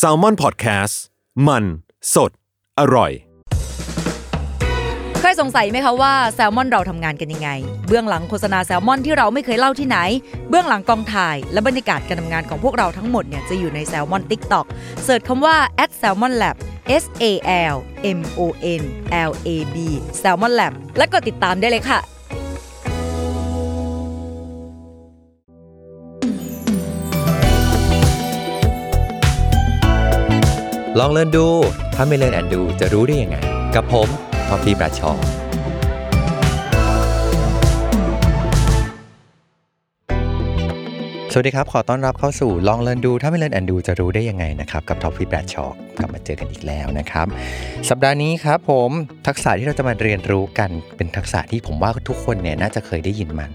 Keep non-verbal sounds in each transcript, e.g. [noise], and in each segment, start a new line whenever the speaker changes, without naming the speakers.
s a l ม o n PODCAST มันสดอร่อย
เคยสงสัยไหมคะว่าแซลมอนเราทำงานกันยังไง เบื้องหลังโฆษณาแซลมอนที่เราไม่เคยเล่าที่ไหน เบื้องหลังกองถ่าย และบรรยากาศการทำงานของพวกเราทั้งหมดเนี่ยจะอยู่ในแซลมอน t i k t o k เสิร์ชคำว่า at salmon lab S A L M O N L A B salmon lab และกดติดตามได้เลยค่ะ
ลองเลินดู ถ้าไม่เลินแอนดูจะรู้ได้ยังไง กับผมท็อปปี้ประชอสวัสดีครับ ขอต้อนรับเข้าสู่ลองเลินดู ถ้าไม่เลินแอนดูจะรู้ได้ยังไงนะครับ กับท็อปปี้ประชอกลับมาเจอกันอีกแล้วนะครับ สัปดาห์นี้ครับผมทักษะที่เราจะมาเรียนรู้กันเป็นทักษะที่ผมว่าทุกคนเนี่ยน่าจะเคยได้ยินมัน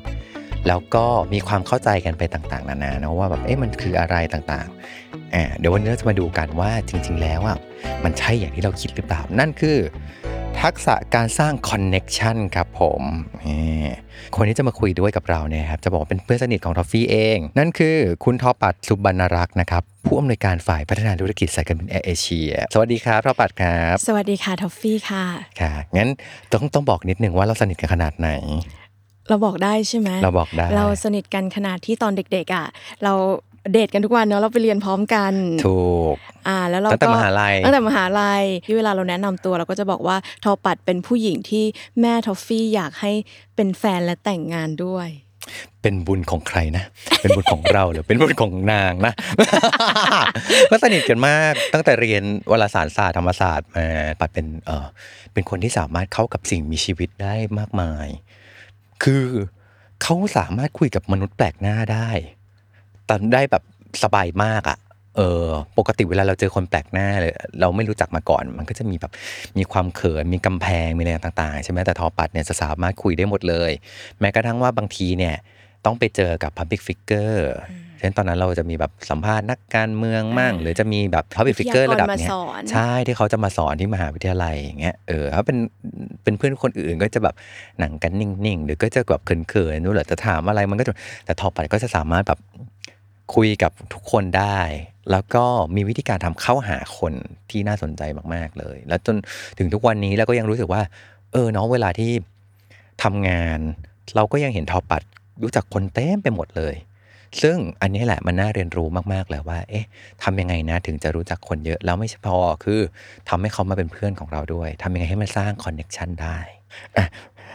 แล้วก็มีความเข้าใจกันไปต่างๆ นานานะว่าแบบเอ๊ะมันคืออะไรต่างๆอ่าเดี๋ยววันนี้เราจะมาดูกันว่าจริง ๆ แล้วอ่ะมันใช่อย่างที่เราคิดหรือเปล่า นั่นคือ ทักษะการสร้างคอนเน็กชันครับผมอ่าคนที่จะมาคุยด้วยกับเราเนี่ยครับจะบอกว่าเป็นเพื่อนสนิทของทอฟฟี่เอง นั่นคือคุณทอปัดสุบรรณรักษ์นะครับผู้อำนวยการฝ่ายพัฒนาธุรกิจสายการบินแอร์เอเชียสวัสดีครับทอปัดครับ
สวัสดีค่ะท็อฟฟี่ค่ะ
ค่ะ งั้นต้องต้องบอกนิดนึงว่าเราสนิทกันขนาดไหน
เราบอกได้ใช่ไหม
เราบอกได้
เราสนิทกันขนาดที่ตอนเด็กๆอ่ะเราเดทกันทุกวันเนาะเราไปเรียนพร้อมกัน
ถูก
อ่าแล้วเรา
ตั้งแต่
ก็
มหาลัย
ตั้งแต่มหาลัยที่เวลาเราแนะนำตัวเราก็จะบอกว่าทอปัดเป็นผู้หญิงที่แม่ทอฟฟี่อยากให้เป็นแฟนและแต่งงานด้วย
เป็นบุญของใครนะ เป็นบุญของเราหรือเป็นบุญของนางนะ [laughs] ก็สนิทกันมากตั้งแต่เรียนวารสารศาสตร์ธรรมศาสตร์มาปัดเป็นเออเป็นคนที่สามารถเข้ากับสิ่งมีชีวิตได้มากมาย คือเขาสามารถคุยกับมนุษย์แปลกหน้าได้ตอนได้แบบสบายมากอะ่ะ เออ ปกติเวลาเราเจอคนแปลกหน้าเลยเราไม่รู้จักมาก่อน มันก็จะมีแบบมีความเขินมีกำแพงมีอะไรต่างๆ ใช่ไหมแต่ทอปัดเนี่ยจะสามารถคุยได้หมดเลย แม้กระทั่งว่าบางทีเนี่ย ต้องไปเจอกับ Public Figure เช่นตอนนั้นเราจะมีแบบสัมภาษณ์นักการเมืองมั่ง หรือจะมีแบบ Public
วิทยากร
Figure ระดับเนี้ย
มาสอน
ใช่ที่เขาจะมาสอนที่มหาวิทยาลัยอย่างเงี้ยเออถ้าเป็นเป็นเพื่อนคนอื่นก็จะแบบหนังกันนิ่งๆ หรือก็จะแบบเขินๆนู่นแหละจะถามอะไรมันก็จะแต่ทอปัดก็จะสามารถแบบคุยกับทุกคนได้ แล้วก็มีวิธีการทำเข้าหาคนที่น่าสนใจมากๆเลย แล้วจนถึงทุกวันนี้เราก็ยังรู้สึกว่า เออเนาะเวลาที่ทำงาน เราก็ยังเห็นทอปัดรู้จักคนเต็มไปหมดเลย ซึ่งอันนี้แหละมันน่าเรียนรู้มากๆเลยว่า เอ๊ะทำยังไงนะถึงจะรู้จักคนเยอะ แล้วไม่ใช่พอคือทำให้เขามาเป็นเพื่อนของเราด้วยทำยังไงให้มันสร้างคอนเน็กชันได้อ่ะ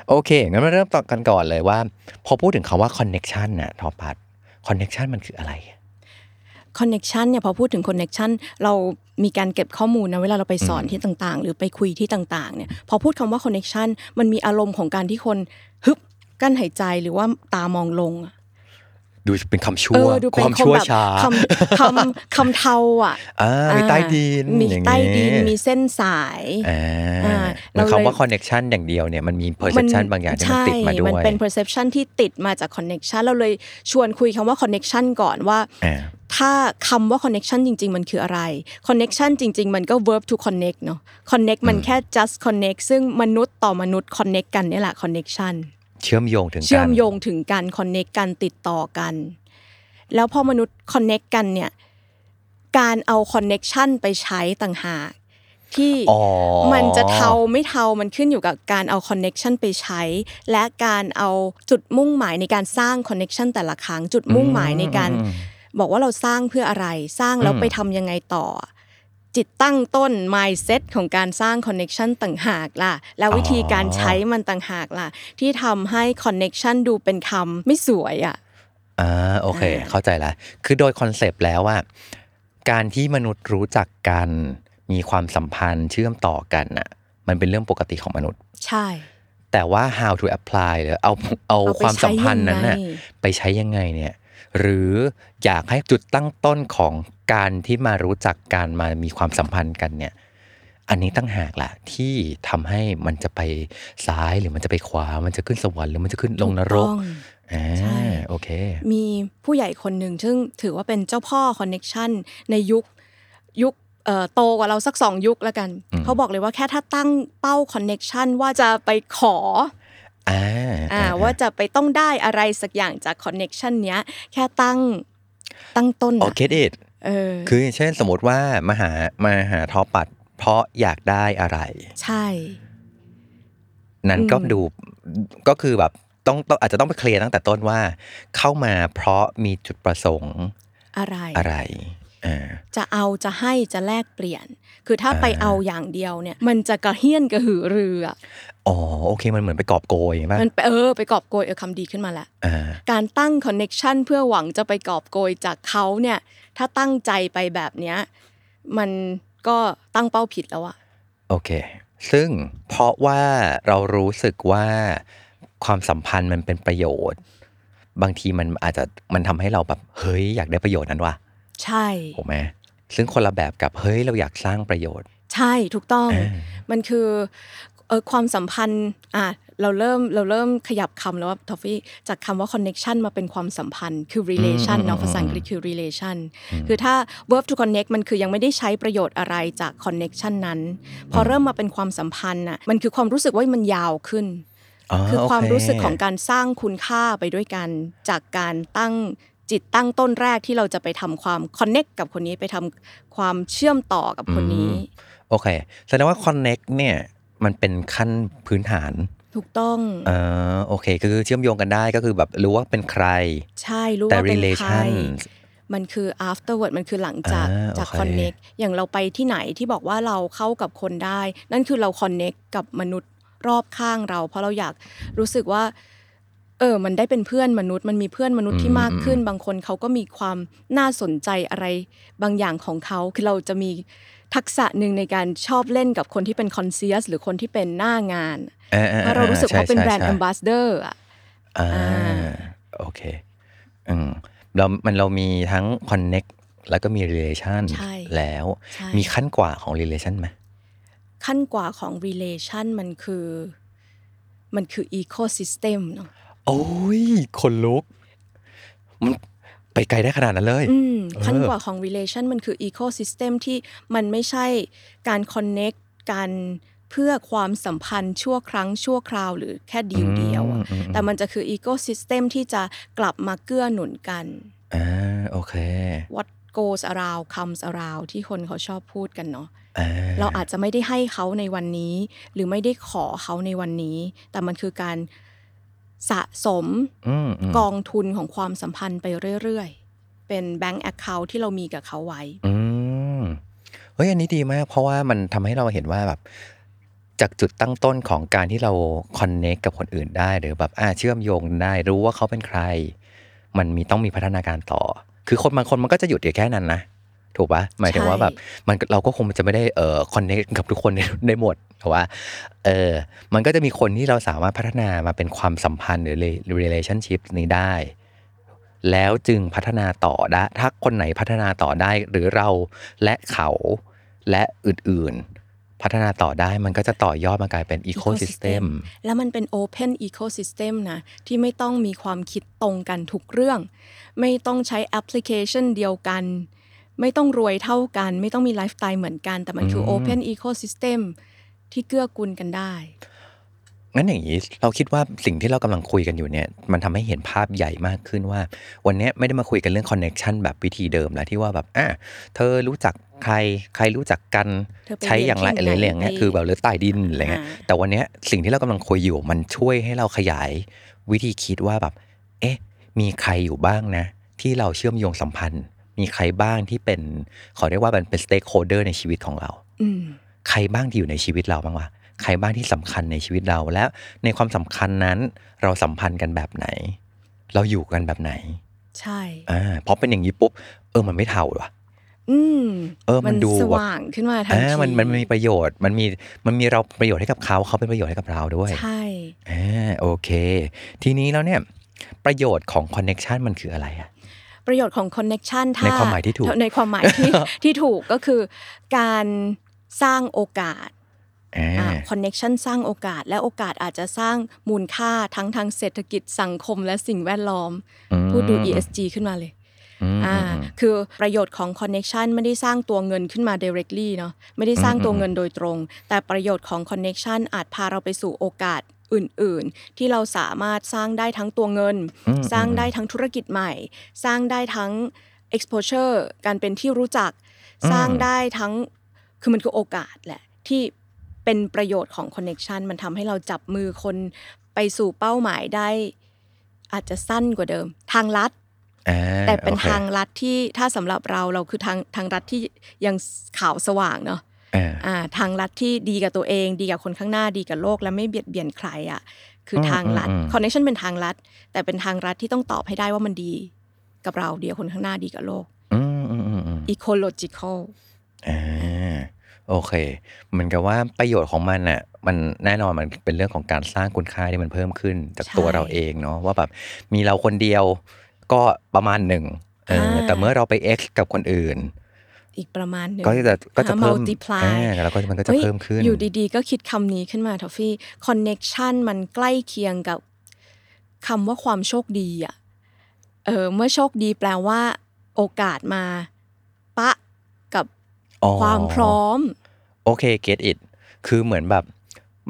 โอเคงั้นมาเริ่มต่อกันก่อนเลยว่า พอพูดถึงคำว่าคอนเน็กชันน่ะทอปัดคอนเน็กชันมันคืออะไร
คอนเน็ชันเนี่ยพอพูดถึงคอนเน็ชันเรามีการเก็บข้อมูลนะเวลาเราไปสอนที่ต่างๆ หรือไปคุยที่ต่างๆเนี่ยพอพูดคำว่าคอนเน็ชันมันมีอารมณ์ของการที่คนฮึบกั้นหายใจหรือว่าตามองลงอะ
ดูเป็นคำชั่
เอ
ว
อดู
ค
เป็น
วามชั่ว
แบบ
ช้า
คำคำคำเทาอ่ะ
อ่ามีใต้ดิน
มี
อย่าง
ใต้
งี้
ดินมีเส้นสาย
อ่า
า
เหมือน
เรา
คำว่า
เลย
คอนเน็กชันอย่างเดียวเนี่ยมันมีเพอร์เซพชันบางอย่างที่มันติดมาด้วย
ใช่มันเป็น perception ที่ติดมาจาก connection เราเลยชวนคุยคำว่า connection ก่อนว่า
อ่า
ถ้าคำว่า connection จริง ๆ มันคืออะไร connection จริง ๆ มันก็ verb to connect เนอะ connect มันแค่ just connect ซึ่งมนุษย์ต่อมนุษย์ connect กันเนี่ยแหละ connection
เชื่อมโยงถึงกัน
เชื่อมโยงถึงกันคอนเน็กกันติดต่อกัน แล้วพอมนุษย์คอนเน็กกันเนี่ยการเอาคอนเน็กชันไปใช้ต่างหาก ที่
อ๋อ
มันจะเทาไม่เทามันขึ้นอยู่กับการเอาคอนเน็กชันไปใช้ และการเอาจุดมุ่งหมายในการสร้างคอนเน็กชันแต่ละครั้งจุดมุ่งหมายในการ
อืม
บอกว่าเราสร้างเพื่ออะไร สร้างแล้ว
อืม
ไปทำยังไงต่อ จิตตั้งต้น mindset ของการสร้าง connection ต่างหากล่ะ แล้ววิธีการใช้มันต่างหากล่ะ ที่ทำให้ connection ดูเป็นคำไม่สวยอ่ะ
อ่าโอเค
อ่า
เข้าใจละคือโดยคอนเซปต์แล้วว่า การที่มนุษย์รู้จักกัน มีความสัมพันธ์เชื่อมต่อกันน่ะมันเป็นเรื่องปกติของมนุษย์
ใช่
แต่ว่า how to apply หรือเอาเอา
เอาไป
ความสัมพันธ์นั้นน่ะ
ใช้ยังไง
ไปใช้ยังไงเนี่ย หรืออยากให้จุดตั้งต้นของการที่มารู้จักการมามีความสัมพันธ์กันเนี่ย อันนี้ตั้งหากแหละที่ทำให้มันจะไปซ้ายหรือมันจะไปขวา มันจะขึ้นสวรรค์หรือมันจะขึ้นลงนรก
ต้อง
อ่า
ใช่
โอเค
มีผู้ใหญ่คนหนึ่งซึ่งถือว่าเป็นเจ้าพ่อคอนเน็ชันในยุคยุคเอ่อโตกว่าเราสักสองยุคแล้วกัน
อืม
เขาบอกเลยว่าแค่ถ้าตั้งเป้าคอนเน็ชันว่าจะไปขอ
อ่า [laughs]
อ่าว่าจะไปต้องได้อะไรสักอย่างจากคอนเน็ชันเนี้ย แค่ตั้งตั้งต้น
โอ
อะ
เคเด็ด
เออ
คืออย่างเช่นสมมติว่ามาหามาหาทอปัด เพราะอยากได้อะไร
ใช่
นั้นก็
อืม
ดูก็คือแบบต้องต้องอาจจะต้องไปเคลียร์ตั้งแต่ต้นว่า เข้ามาเพราะมีจุดประสงค์
อะไร
อะไรอ่า
จะเอาจะให้จะแลกเปลี่ยน คือถ้า
อ่า
ไปเอาอย่างเดียวเนี่ย มันจะกระเฮี้ยนกระหือรืออะ
อ๋อโอเคมันเหมือนไปกอบโกยใช่างงี้ปะ
มันไปเออไปกอบโกยเออคำดีขึ้นมาละ
อ่า
การตั้งคอนเน็ชันเพื่อหวังจะไปกอบโกยจากเขาเนี่ย ถ้าตั้งใจไปแบบเนี้ย มันก็ตั้งเป้าผิดแล้วอะ
โอเค ซึ่งเพราะว่าเรารู้สึกว่าความสัมพันธ์มันเป็นประโยชน์ บางทีมันอาจจะมันทำให้เราแบบเฮ้ยอยากได้ประโยชน์นั้นว่ะ
ใช่
ถูกไหมซึ่งคนละแบบกับเฮ้ยเราอยากสร้างประโยชน์
ใช่ถูกต้อง
เออ
มันคือเออความสัมพันธ์อ่ะเราเริ่มเราเริ่มขยับคำแล้วว่าทอฟฟี่จากคำว่า connection มาเป็นความสัมพันธ์คือ relation
อืม
เนาะ
อืม
ภาษาอังกฤษคือ relation คือถ้า verb to connect มันคือยังไม่ได้ใช้ประโยชน์อะไรจาก connection นั้น พอเริ่มมาเป็นความสัมพันธ์น่ะมันคือความรู้สึกว่ามันยาวขึ้น
า
คือความ
โเ
รู้สึกของการสร้างคุณค่าไปด้วยกัน จากการตั้งจิตตั้งต้นแรกที่เราจะไปทำความคอนเน็กกับคนนี้ไปทำความเชื่อมต่อกับคนนี้
อืม โอเคแสดงว่า Connect เนี่ยมันเป็นขั้นพื้นฐาน
ถูกต้อง
เออโอเค คือเชื่อมโยงกันได้ก็คือแบบรู้ว่าเป็นใคร
ใช่รู้
แต่
ว่าเป็นใคร
relation
มันคือ afterward มันคือหลังจาก
อ่า
จาก
โอเค
connect อย่างเราไปที่ไหนที่บอกว่าเราเข้ากับคนได้ นั่นคือเรา connect กับมนุษย์รอบข้างเรา เพราะเราอยากรู้สึกว่า เออ มันได้เป็นเพื่อนมนุษย์ มันมีเพื่อนมนุษย์ที่มากขึ้น บางคนเขาก็มีความน่าสนใจอะไร บางอย่างของเขาคือเราจะมีทักษะหนึ่งในการชอบเล่นกับคนที่เป็นคอนเซียสหรือคนที่เป็นหน้างาน
อ่ๆๆ
เพราะเรารู้สึกว่าเป็น
ใช่
แบรนด์
ใช่
แอมบาสเดอร์อ่ะ
อ่า
อ่า
โอเคอืมเรามันเรามีทั้ง Connect แล้วก็มี Relation
ใช่
แล้ว
ใช่
มีขั้นกว่าของ Relation ไหม
ขั้นกว่าของ relation มันคือ มันคือ ecosystem เนอะ
โอ้ย คนลุกมันไปไกลได้ขนาดนั้นเลย
อืม
เออ
ขั้นกว่าของ relation มันคือ ecosystem ที่มันไม่ใช่การ connect กันเพื่อความสัมพันธ์ชั่วครั้งชั่วคราวหรือแค่ดีลเดียวอะ
อืม
แต่มันจะคือ ecosystem ที่จะกลับมาเกื้อหนุนกัน
อ่าโอเค
what goes around comes around ที่คนเขาชอบพูดกันเนาะ
อ่า
เราอาจจะไม่ได้ให้เขาในวันนี้ หรือไม่ได้ขอเขาในวันนี้ แต่มันคือการสะสม
อืมอืม
กองทุนของความสัมพันธ์ไปเรื่อยๆ เป็นแบงก์แอคเคาท์ที่เรามีกับเขาไว้
อืมเฮ้ย อันนี้ดีมาก เพราะว่ามันทำให้เราเห็นว่าแบบ จากจุดตั้งต้นของการที่เรา Connect กับคนอื่นได้ หรือแบบอ่าเชื่อมโยงได้รู้ว่าเขาเป็นใคร มันมีต้องมีพัฒนาการต่อ คือคนบางคนมันก็จะหยุดอยู่แค่นั้นนะ ถูกปะหมายถึงว่าแบบมันเราก็คงจะไม่ได้เอ่อคอนเนคกับทุกคนได้ได้หมดแต่ว่าเออมันก็จะมีคนที่เราสามารถพัฒนามาเป็นความสัมพันธ์หรือ re- relationship นี้ได้ แล้วจึงพัฒนาต่อได้ถ้าคนไหนพัฒนาต่อได้ หรือเราและเขาและอื่นๆ พัฒนาต่อได้มันก็จะต่อยอดมากลายเป็น ecosystem
แล้วมันเป็น Open Ecosystem นะ ที่ไม่ต้องมีความคิดตรงกันทุกเรื่อง ไม่ต้องใช้แอปพลิเคชันเดียวกัน ไม่ต้องรวยเท่ากัน ไม่ต้องมีไลฟ์สไตล์เหมือนกัน แต่มันคือ
ม
Open Ecosystem ที่เกื้อกูลกันได้
งั้นอย่างนี้เราคิดว่าสิ่งที่เรากำลังคุยกันอยู่เนี่ย มันทำให้เห็นภาพใหญ่มากขึ้นว่า วันเนี้ยไม่ได้มาคุยกันเรื่องคอนเน็ชันแบบวิธีเดิมแล้วที่ว่าแบบอ่ะเธอรู้จักใครใครรู้จักกัน
เธอไป
ใช้อย่างไร
เรียนที่
อะไร
ไหน
อย่างเงี้ย
ไป
คือแบบหรือใต้ดินอะไรเงี้ย
อ่า
แต่วันเนี้ยสิ่งที่เรากำลังคุยอยู่มันช่วยให้เราขยาย วิธีคิดว่าแบบ เอ๊ะ มีใครอยู่บ้างนะ ที่เราเชื่อมโยงสัมพันธ์ มีใครบ้างที่เป็นขอเรียกว่ามันเป็นสเต็กโฮเดอร์ในชีวิตของเรา
อืม
ใครบ้างที่อยู่ในชีวิตเราบ้างวะ ใครบ้างที่สำคัญในชีวิตเรา และในความสำคัญนั้นเราสัมพันธ์กันแบบไหน เราอยู่กันแบบไหน
ใช่
อ่าพอเป็นอย่างนี้ปุ๊บ เออ มันไม่เท่าว่ะ
อืม
เออมันดู
ส
แบบ
ว่างขึ้นมาทันที
อ่ามันมันมีประโยชน์ มันมี มันมีเราประโยชน์ให้กับเขา เขาเป็นประโยชน์ให้กับเราด้วย
ใช่
อ่า โอเค ทีนี้แล้วเนี่ย ประโยชน์ของคอนเน็ชันมันคืออะไรอะ
ประโยชน์ของ Connection ถ้า
ในความหมายที่ถูก
ในความหมาย
[laughs]
ที่ ที่ถูกก็คือการสร้างโอกาส
อ่า
คอนเน็ชันสร้างโอกาส และโอกาสอาจจะสร้างมูลค่าทั้งทางเศรษฐกิจสังคมและสิ่งแวดล้อม
อืม
พูดดู ESG ขึ้นมาเลย
อืม
อ่าคือประโยชน์ของ Connection ไม่ได้สร้างตัวเงินขึ้นมา directly เนาะไม่ได้สร้างตัวเงินโดยตรง แต่ประโยชน์ของ Connection อาจพาเราไปสู่โอกาสอื่น ๆ ที่เราสามารถสร้างได้ทั้งตัวเงิน สร้างได้ทั้งธุรกิจใหม่ สร้างได้ทั้ง exposure การเป็นที่รู้จัก
อืม
สร้างได้ทั้งคือมันคือโอกาสแหละ ที่เป็นประโยชน์ของ connection มันทำให้เราจับมือคนไปสู่เป้าหมายได้ อาจจะสั้นกว่าเดิม ทางลัด
อ่า
แต่เป็น
โอค
ทางลัดที่ถ้าสำหรับเราเราคือทางทางลัดที่ยังขาวสว่างเนาะ
อ่า
อ่า ทางลัดที่ดีกับตัวเอง ดีกับคนข้างหน้าดีกับโลก และไม่เบียดเบียนใครอ่ะคืออ
ม
ทางลัด
อืมอืม
คอนเนคชันเป็นทางลัด แต่เป็นทางลัดที่ต้องตอบให้ได้ว่ามันดีกับเราดีกับคนข้างหน้าดีกับโลก
อืมอืมอืมอืม
ecological
อ่าโอเคเหมือนกับว่าประโยชน์ของมันน่ะมันแน่นอนมันเป็นเรื่องของการสร้างคุณค่าที่มันเพิ่มขึ้นจาก
ใช่
ตัวเราเองเนาะว่าแบบมีเราคนเดียวก็ประมาณหนึ่งเอออา แต่เมื่อเราไป X กับคนอื่น
อีกประมาณหนึ่ง
ก็จะก็จะเพิ่ม
multiply
อ่าแล้วก็มันก็จะ
ฮ้ย
เพิ่มขึ้น
อยู่ดีๆ ก็คิดคำนี้ขึ้นมาทอฟฟี่ connection มันใกล้เคียงกับคำว่าความโชคดีอ่ะ เออ เมื่อโชคดีแปลว่าโอกาสมา ปะกับ
อ๋อ
ความพร้อม
โอเคเก็ตอิดคือเหมือนแบบ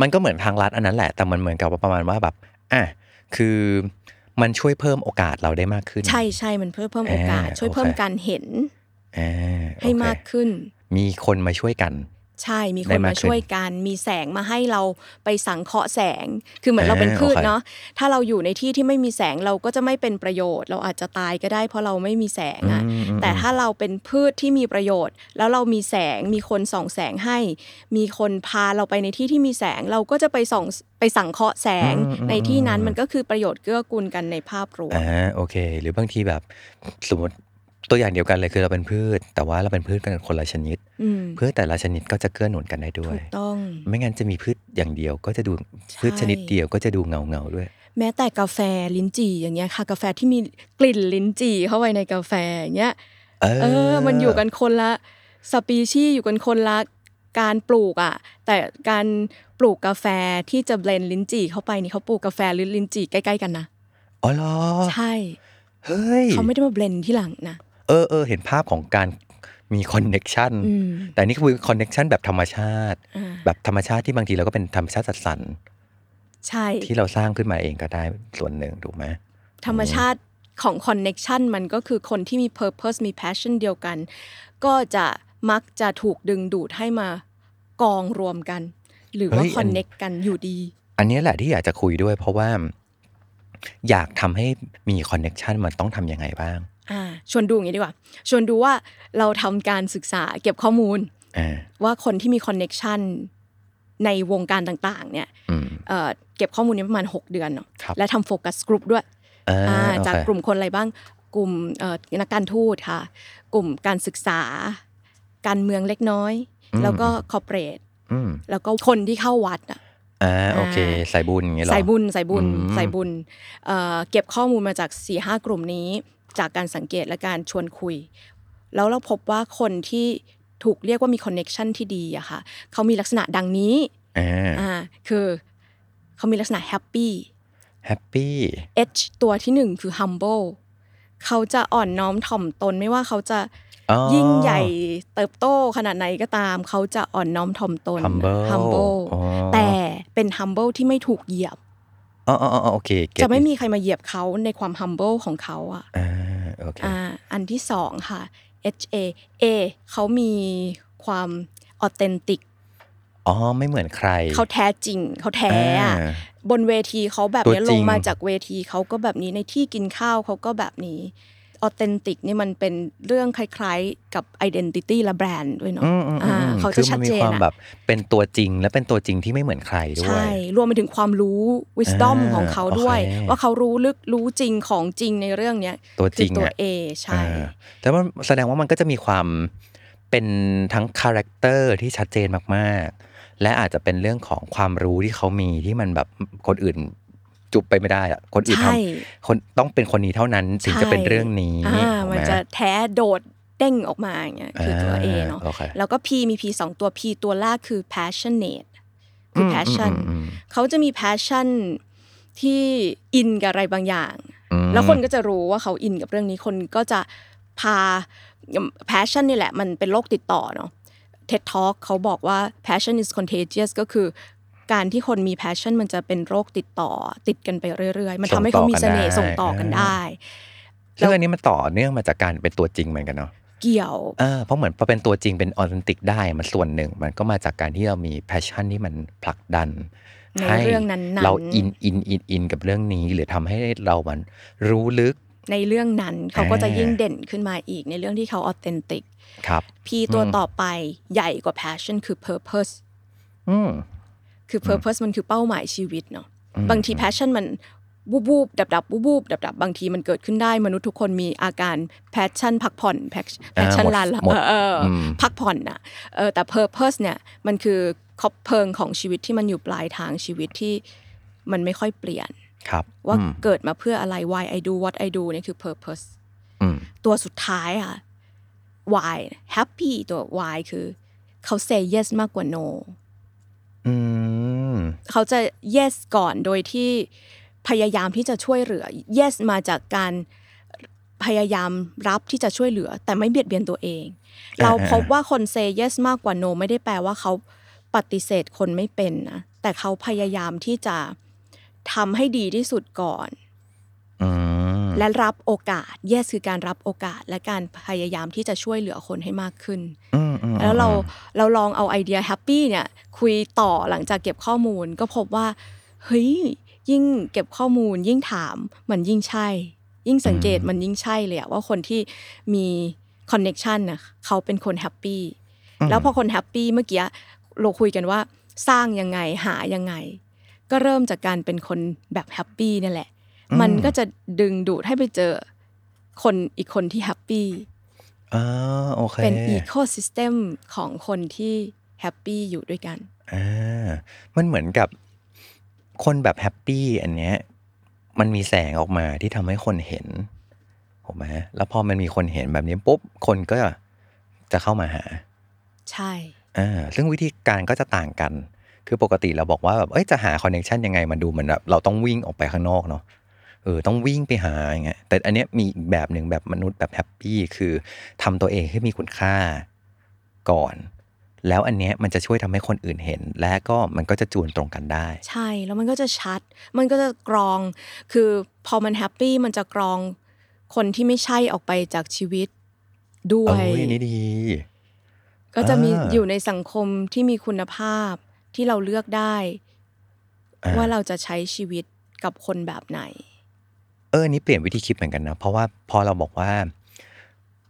มันก็เหมือนทางลัดอันนั้นแหละ แต่มันเหมือนกับว่าประมาณว่าแบบอ่ะคือมันช่วยเพิ่มโอกาสเราได้มากขึ้น
ใช่ใช่มันเพิ่มเพิ่มโอกาส
อ่า
ช่วยเพิ่ม
โอเค
การเห็น
อ่าโอเค
ให้มากขึ้น
มีคนมาช่วยกัน
ใช่มีค
ได้มาม
นาก
ขึ้น
ช่วยกัน มีแสงมาให้เราไปสังเคราะห์แสง คือเหมือนเราเป็น
อ่า
พืช
โอเค
เนาะ ถ้าเราอยู่ในที่ที่ไม่มีแสงเราก็จะไม่เป็นประโยชน์ เราอาจจะตายก็ได้ เพราะเราไม่มีแสงอ่ะ
อืมอืม
แต่ถ้าเราเป็นพืชที่มีประโยชน์ แล้วเรามีแสงมีคนส่องแสงให้ มีคนพาเราไปในที่ที่มีแสงเราก็จะไปส่องไปสังเคราะห์แสง ในที่นั้นมันก็คือประโยชน์เกื้อกูลกันในภาพรวม
อ่าโอเค หรือบางทีแบบ สมมติตัวอย่างเดียวกันเลยคือเราเป็นพืช แต่ว่าเราเป็นพืชกันคนละชนิด
อืม
พืชแต่ละชนิดก็จะเกื้อหนุนกันได้ด้ว
ถู
ย
กต้อง
ไม่งั้นจะมีพืชอย่างเดียวก็จะดู
ใช่
พืชชนิดเดียวก็จะดูเงาเงาๆด้วย
แม้แต่กาแฟลิ้นจี่อย่างเงี้ยค่ะ กาแฟที่มีกลิ่นลิ้นจี่เข้าไปในกาแฟอย่างเงี้ย
เออ
เออ มันอยู่กันคนละสปีชีส์อยู่กันคนละการปลูกอ่ะ แต่การปลูกกาแฟที่จะเบลนลิ้นจี่เข้าไปนี่เขาปลูกกาแฟหรือลิ้นจี่ใกล้ๆกันนะ
อ๋อเหรอ
ใช่
เฮ้ย
เขาไม่ได้มาเบลนที่หลังนะ
เออเออเห็นภาพของการมีคอนเน็ชัน
อืม
แต่นี่คือคอนเน็ชันแบบธรรมชาติ
อ่า
แบบธรรมชาติที่บางทีเราก็เป็นธรรมชาติจัดสรร
ใช่
ที่เราสร้างขึ้นมาเองก็ได้ส่วนหนึ่งถูกไหม
ธรรมชาติของคอนเน็ชันมันก็คือคนที่มี Purpose มี Passion เดียวกัน ก็จะมักจะถูกดึงดูดให้มากองรวมกัน หรือว่า
เฮ้ย
ค
อั
อน นเน็กกันอยู่ดี
อันนี้แหละที่อยากจะคุยด้วย เพราะว่าอยากทำให้มีคอนเน็ชันมันต้องทำยังไงบ้าง
อ่าชวนดูอย่างนี้ดีกว่า ชวนดูว่าเราทำการศึกษาเก็บข้อมูล
อ่า
ว่าคนที่มีคอนเน็กชันในวงการต่างๆ เนี่ย
อืม
เอ่อเก็บข้อมูลนี้ประมาณ 6 เดือนเนาะ
ครับ
และทำโฟกัสกลุ่มด้วย
อ่า
อ่า
โอเค
จากกลุ่มคนอะไรบ้างกลุ่มเอ่อนักการทูตค่ะ กลุ่มการศึกษา การเมืองเล็กน้อย แล้วก็คอร์เปรส
อืม
แล้วก็คนที่เข้าวัดอ่ะ
อ่าโอเค
อ่า
สายบุญอย่างเงี้ยหรอ
สายบุญสายบุญ
อืม
สายบุญเอ่อเก็บข้อมูลมาจาก4ี่ห้ากลุ่มนี้ จากการสังเกตและการชวนคุย แล้วเราพบว่าคนที่ถูกเรียกว่ามีคอนเน็ชันที่ดีอะค่ะเขามีลักษณะดังนี้
อ่า
อ่าคือเขามีลักษณะแฮปปี้
แฮปปี้
H ตัวที่หนึ่งคือ humble เขาจะอ่อนน้อมถ่อมตนไม่ว่าเขาจะ
อ๋อ
ยิ่งใหญ่เติบโตขนาดไหนก็ตาม เขาจะอ่อนน้อมถ่อมตน
humble
humble
อ๋อ
แต่เป็น humble ที่ไม่ถูกเหยียบ
อ๋ออ๋ออ๋อโอเคเก็ต
จะไม่มีใครมาเหยียบเขาในความ humble ของเขาอ่ะ
อ่าโอเค
อ่าอันที่สองค่ะ H A A เขามีความ authentic
อ๋อไม่เหมือนใคร
เขาแท้จริง เขาแท้อะ
อ่า
บนเวทีเขาแบบ
ตัวจริ
เนี้ย
ง
ลงมาจากเวทีเขาก็แบบนี้ในที่กินข้าวเขาก็แบบนี้ authentic นี่มันเป็นเรื่องคล้ายๆกับ identity และแบรนด์ด้วยเนาะ
อืมอืมอื
อ่ามเขา
คื
จะ
อมั
ชัด
นมี
เจน
ความแบ
อะ
บเป็นตัวจริงและเป็นตัวจริงที่ไม่เหมือนใครด้วย
ใช่ รวมไปถึงความรู้ wisdom
อ่า
ของเขาด้วย
โอเค
ว่าเขารู้ลึกรู้จริงของจริงในเรื่องเนี้ย
ตัวจ
คื
ริ
อง ตัว
อะ
A ใช่
อ่าแต่ว่าแสดงว่ามันก็จะมีความเป็นทั้งคาแรคเตอร์ที่ชัดเจนมากๆ และอาจจะเป็นเรื่องของความรู้ที่เขามีที่มันแบบคนอื่นจุบไปไม่ได้อะคนอื่น
ใช่
ทำคนต้องเป็นคนนี้เท่านั้นถึงจะเป็นเรื่องนี้
ใช่อ่า
ถูกไห
มันจะแท้โดดเด้งออกมาอย่างเงี้ยคือตัว A เนาะ
โอเค
แล้วก็ P มี P สองตัว P ตัวแรกคือ passionate คือ
ม
passion
อืม
เขาจะมี passion ที่อินกับอะไรบางอย่าง
อืม
แล้วคนก็จะรู้ว่าเขาอินกับเรื่องนี้คนก็จะพา passion นี่แหละมันเป็นโรคติดต่อเนาะ TED Talk เขาบอกว่า passion is contagious ก็คือ การที่คนมี passion มันจะเป็นโรคติดต่อ ติดกันไปเรื่อยๆ มันทำให้เขามีเสน่ห์ส่งต่อกันได้
ซึ่งอันนี้มันต่อเนื่องมาจากการเป็นตัวจริงเหมือนกันเนาะ
เกี่ยว
เออเพราะเหมือนพอเป็นตัวจริงเป็นออเทนติกได้มันส่วนหนึ่ง มันก็มาจากการที่เรามีแพชชั่นที่มันผลักดัน
ใน
ให้
เรื่องนั้นๆ
เราอินอินอินอินกับเรื่องนี้ หรือทำให้เรามันรู้ลึก
ในเรื่องนั้นเขาก็จะ
อ่ายิ่
ยิ่งเด่นขึ้นมาอีกในเรื่องที่เขาออเทนติก
ครับ
พีตัว
อืม
ต่อไปใหญ่กว่า passion คือ purpose
อืม
คือ purpose มันคือเป้าหมายชีวิตเนาะ
อืม
บางที passion มันบูบวูบดับดับบูบวูบดับดับบางทีมันเกิดขึ้นได้มนุษย์ทุกคนมีอาการ passion พักผ่อน passion
อ่า
passion
หมด
ลาละ
หมด
เออเอออ
ม
พักผ่อนนะเออแต่ purpose เนี่ยมันคือคบเพลิงของชีวิตที่มันอยู่ปลายทางชีวิตที่มันไม่ค่อยเปลี่ยน
ครับ
ว่า
อืม
เกิดมาเพื่ออะไร why I do what I do เนี่ยคือ purpose
อืม
ตัวสุดท้ายอ่ะ why happy ตัว why คือเขา say yes มากกว่า no
อืม
เขาจะ yes ก่อนโดยที่พยายามที่จะช่วยเหลือ yes มาจากการพยายามรับที่จะช่วยเหลือ แต่ไม่เบียดเบียนตัวเอง
อ่า
เราพบว่าคน say yes มากกว่า no ไม่ได้แปลว่าเขาปฏิเสธคนไม่เป็นนะแต่เขาพยายามที่จะทำให้ดีที่สุดก่อน
อืม
และรับโอกาส yes คือการรับโอกาส และการพยายามที่จะช่วยเหลือคนให้มากขึ้น
อืมอืม
แล้วเราเราลองเอาไอเดียแฮปปี้เนี่ยคุยต่อหลังจากเก็บข้อมูลก็พบว่าเฮ้ยยิ่งเก็บข้อมูล ยิ่งถามมันยิ่งใช่ ยิ่งสังเกตมันยิ่งใช่เลยอะว่าคนที่มีคอนเน็ชันน่ะเขาเป็นคนแฮปปี้แล้วพอคนแฮปปี้เมื่อกี้เราคุยกันว่าสร้างยังไงหายังไง ก็เริ่มจากการเป็นคนแบบแฮปปี้นั่นแหละ มันก็จะดึงดูดให้ไปเจอคนอีกคนที่แฮปปี้
อ่าโอเค
เป็นอีโค y ิสเต็มของคนที่แฮปปี้อยู่ด้วยกัน
อ่ามันเหมือนกับคนแบบแฮปปี้อันเนี้ยมันมีแสงออกมาที่ทำให้คนเห็นถูกไหมแล้วพอมันมีคนเห็นแบบนี้ปุ๊บ คนก็จะเข้ามาหา
ใช่
อ่าซึ่งวิธีการก็จะต่างกัน คือปกติเราบอกว่าแบบเอ้ยจะหาคอนเนคชันยังไงมันดูเหมือนแบบเราต้องวิ่งออกไปข้างนอกเนาะเออต้องวิ่งไปหาอย่างเงี้ยแต่อันเนี้ยมีอีกแบบหนึ่งแบบมนุษย์แบบแฮปปี้คือทำตัวเองให้มีคุณค่าก่อน แล้วอันเนี้ยมันจะช่วยทำให้คนอื่นเห็น และก็มันก็จะจูนตรงกันได้
ใช่แล้วมันก็จะชัด มันก็จะกรอง คือพอมันแฮปปี้มันจะกรองคนที่ไม่ใช่ออกไปจากชีวิตด้ว
โอ้
ย
ยนี่ดี
ก็จะมี
อ่า
อยู่ในสังคมที่มีคุณภาพที่เราเลือกได้
อ่ะ
ว่าเราจะใช้ชีวิตกับคนแบบไหน
เอออันนี้เปลี่ยนวิธีคิดเหมือนกันนะ เพราะว่าพอเราบอกว่า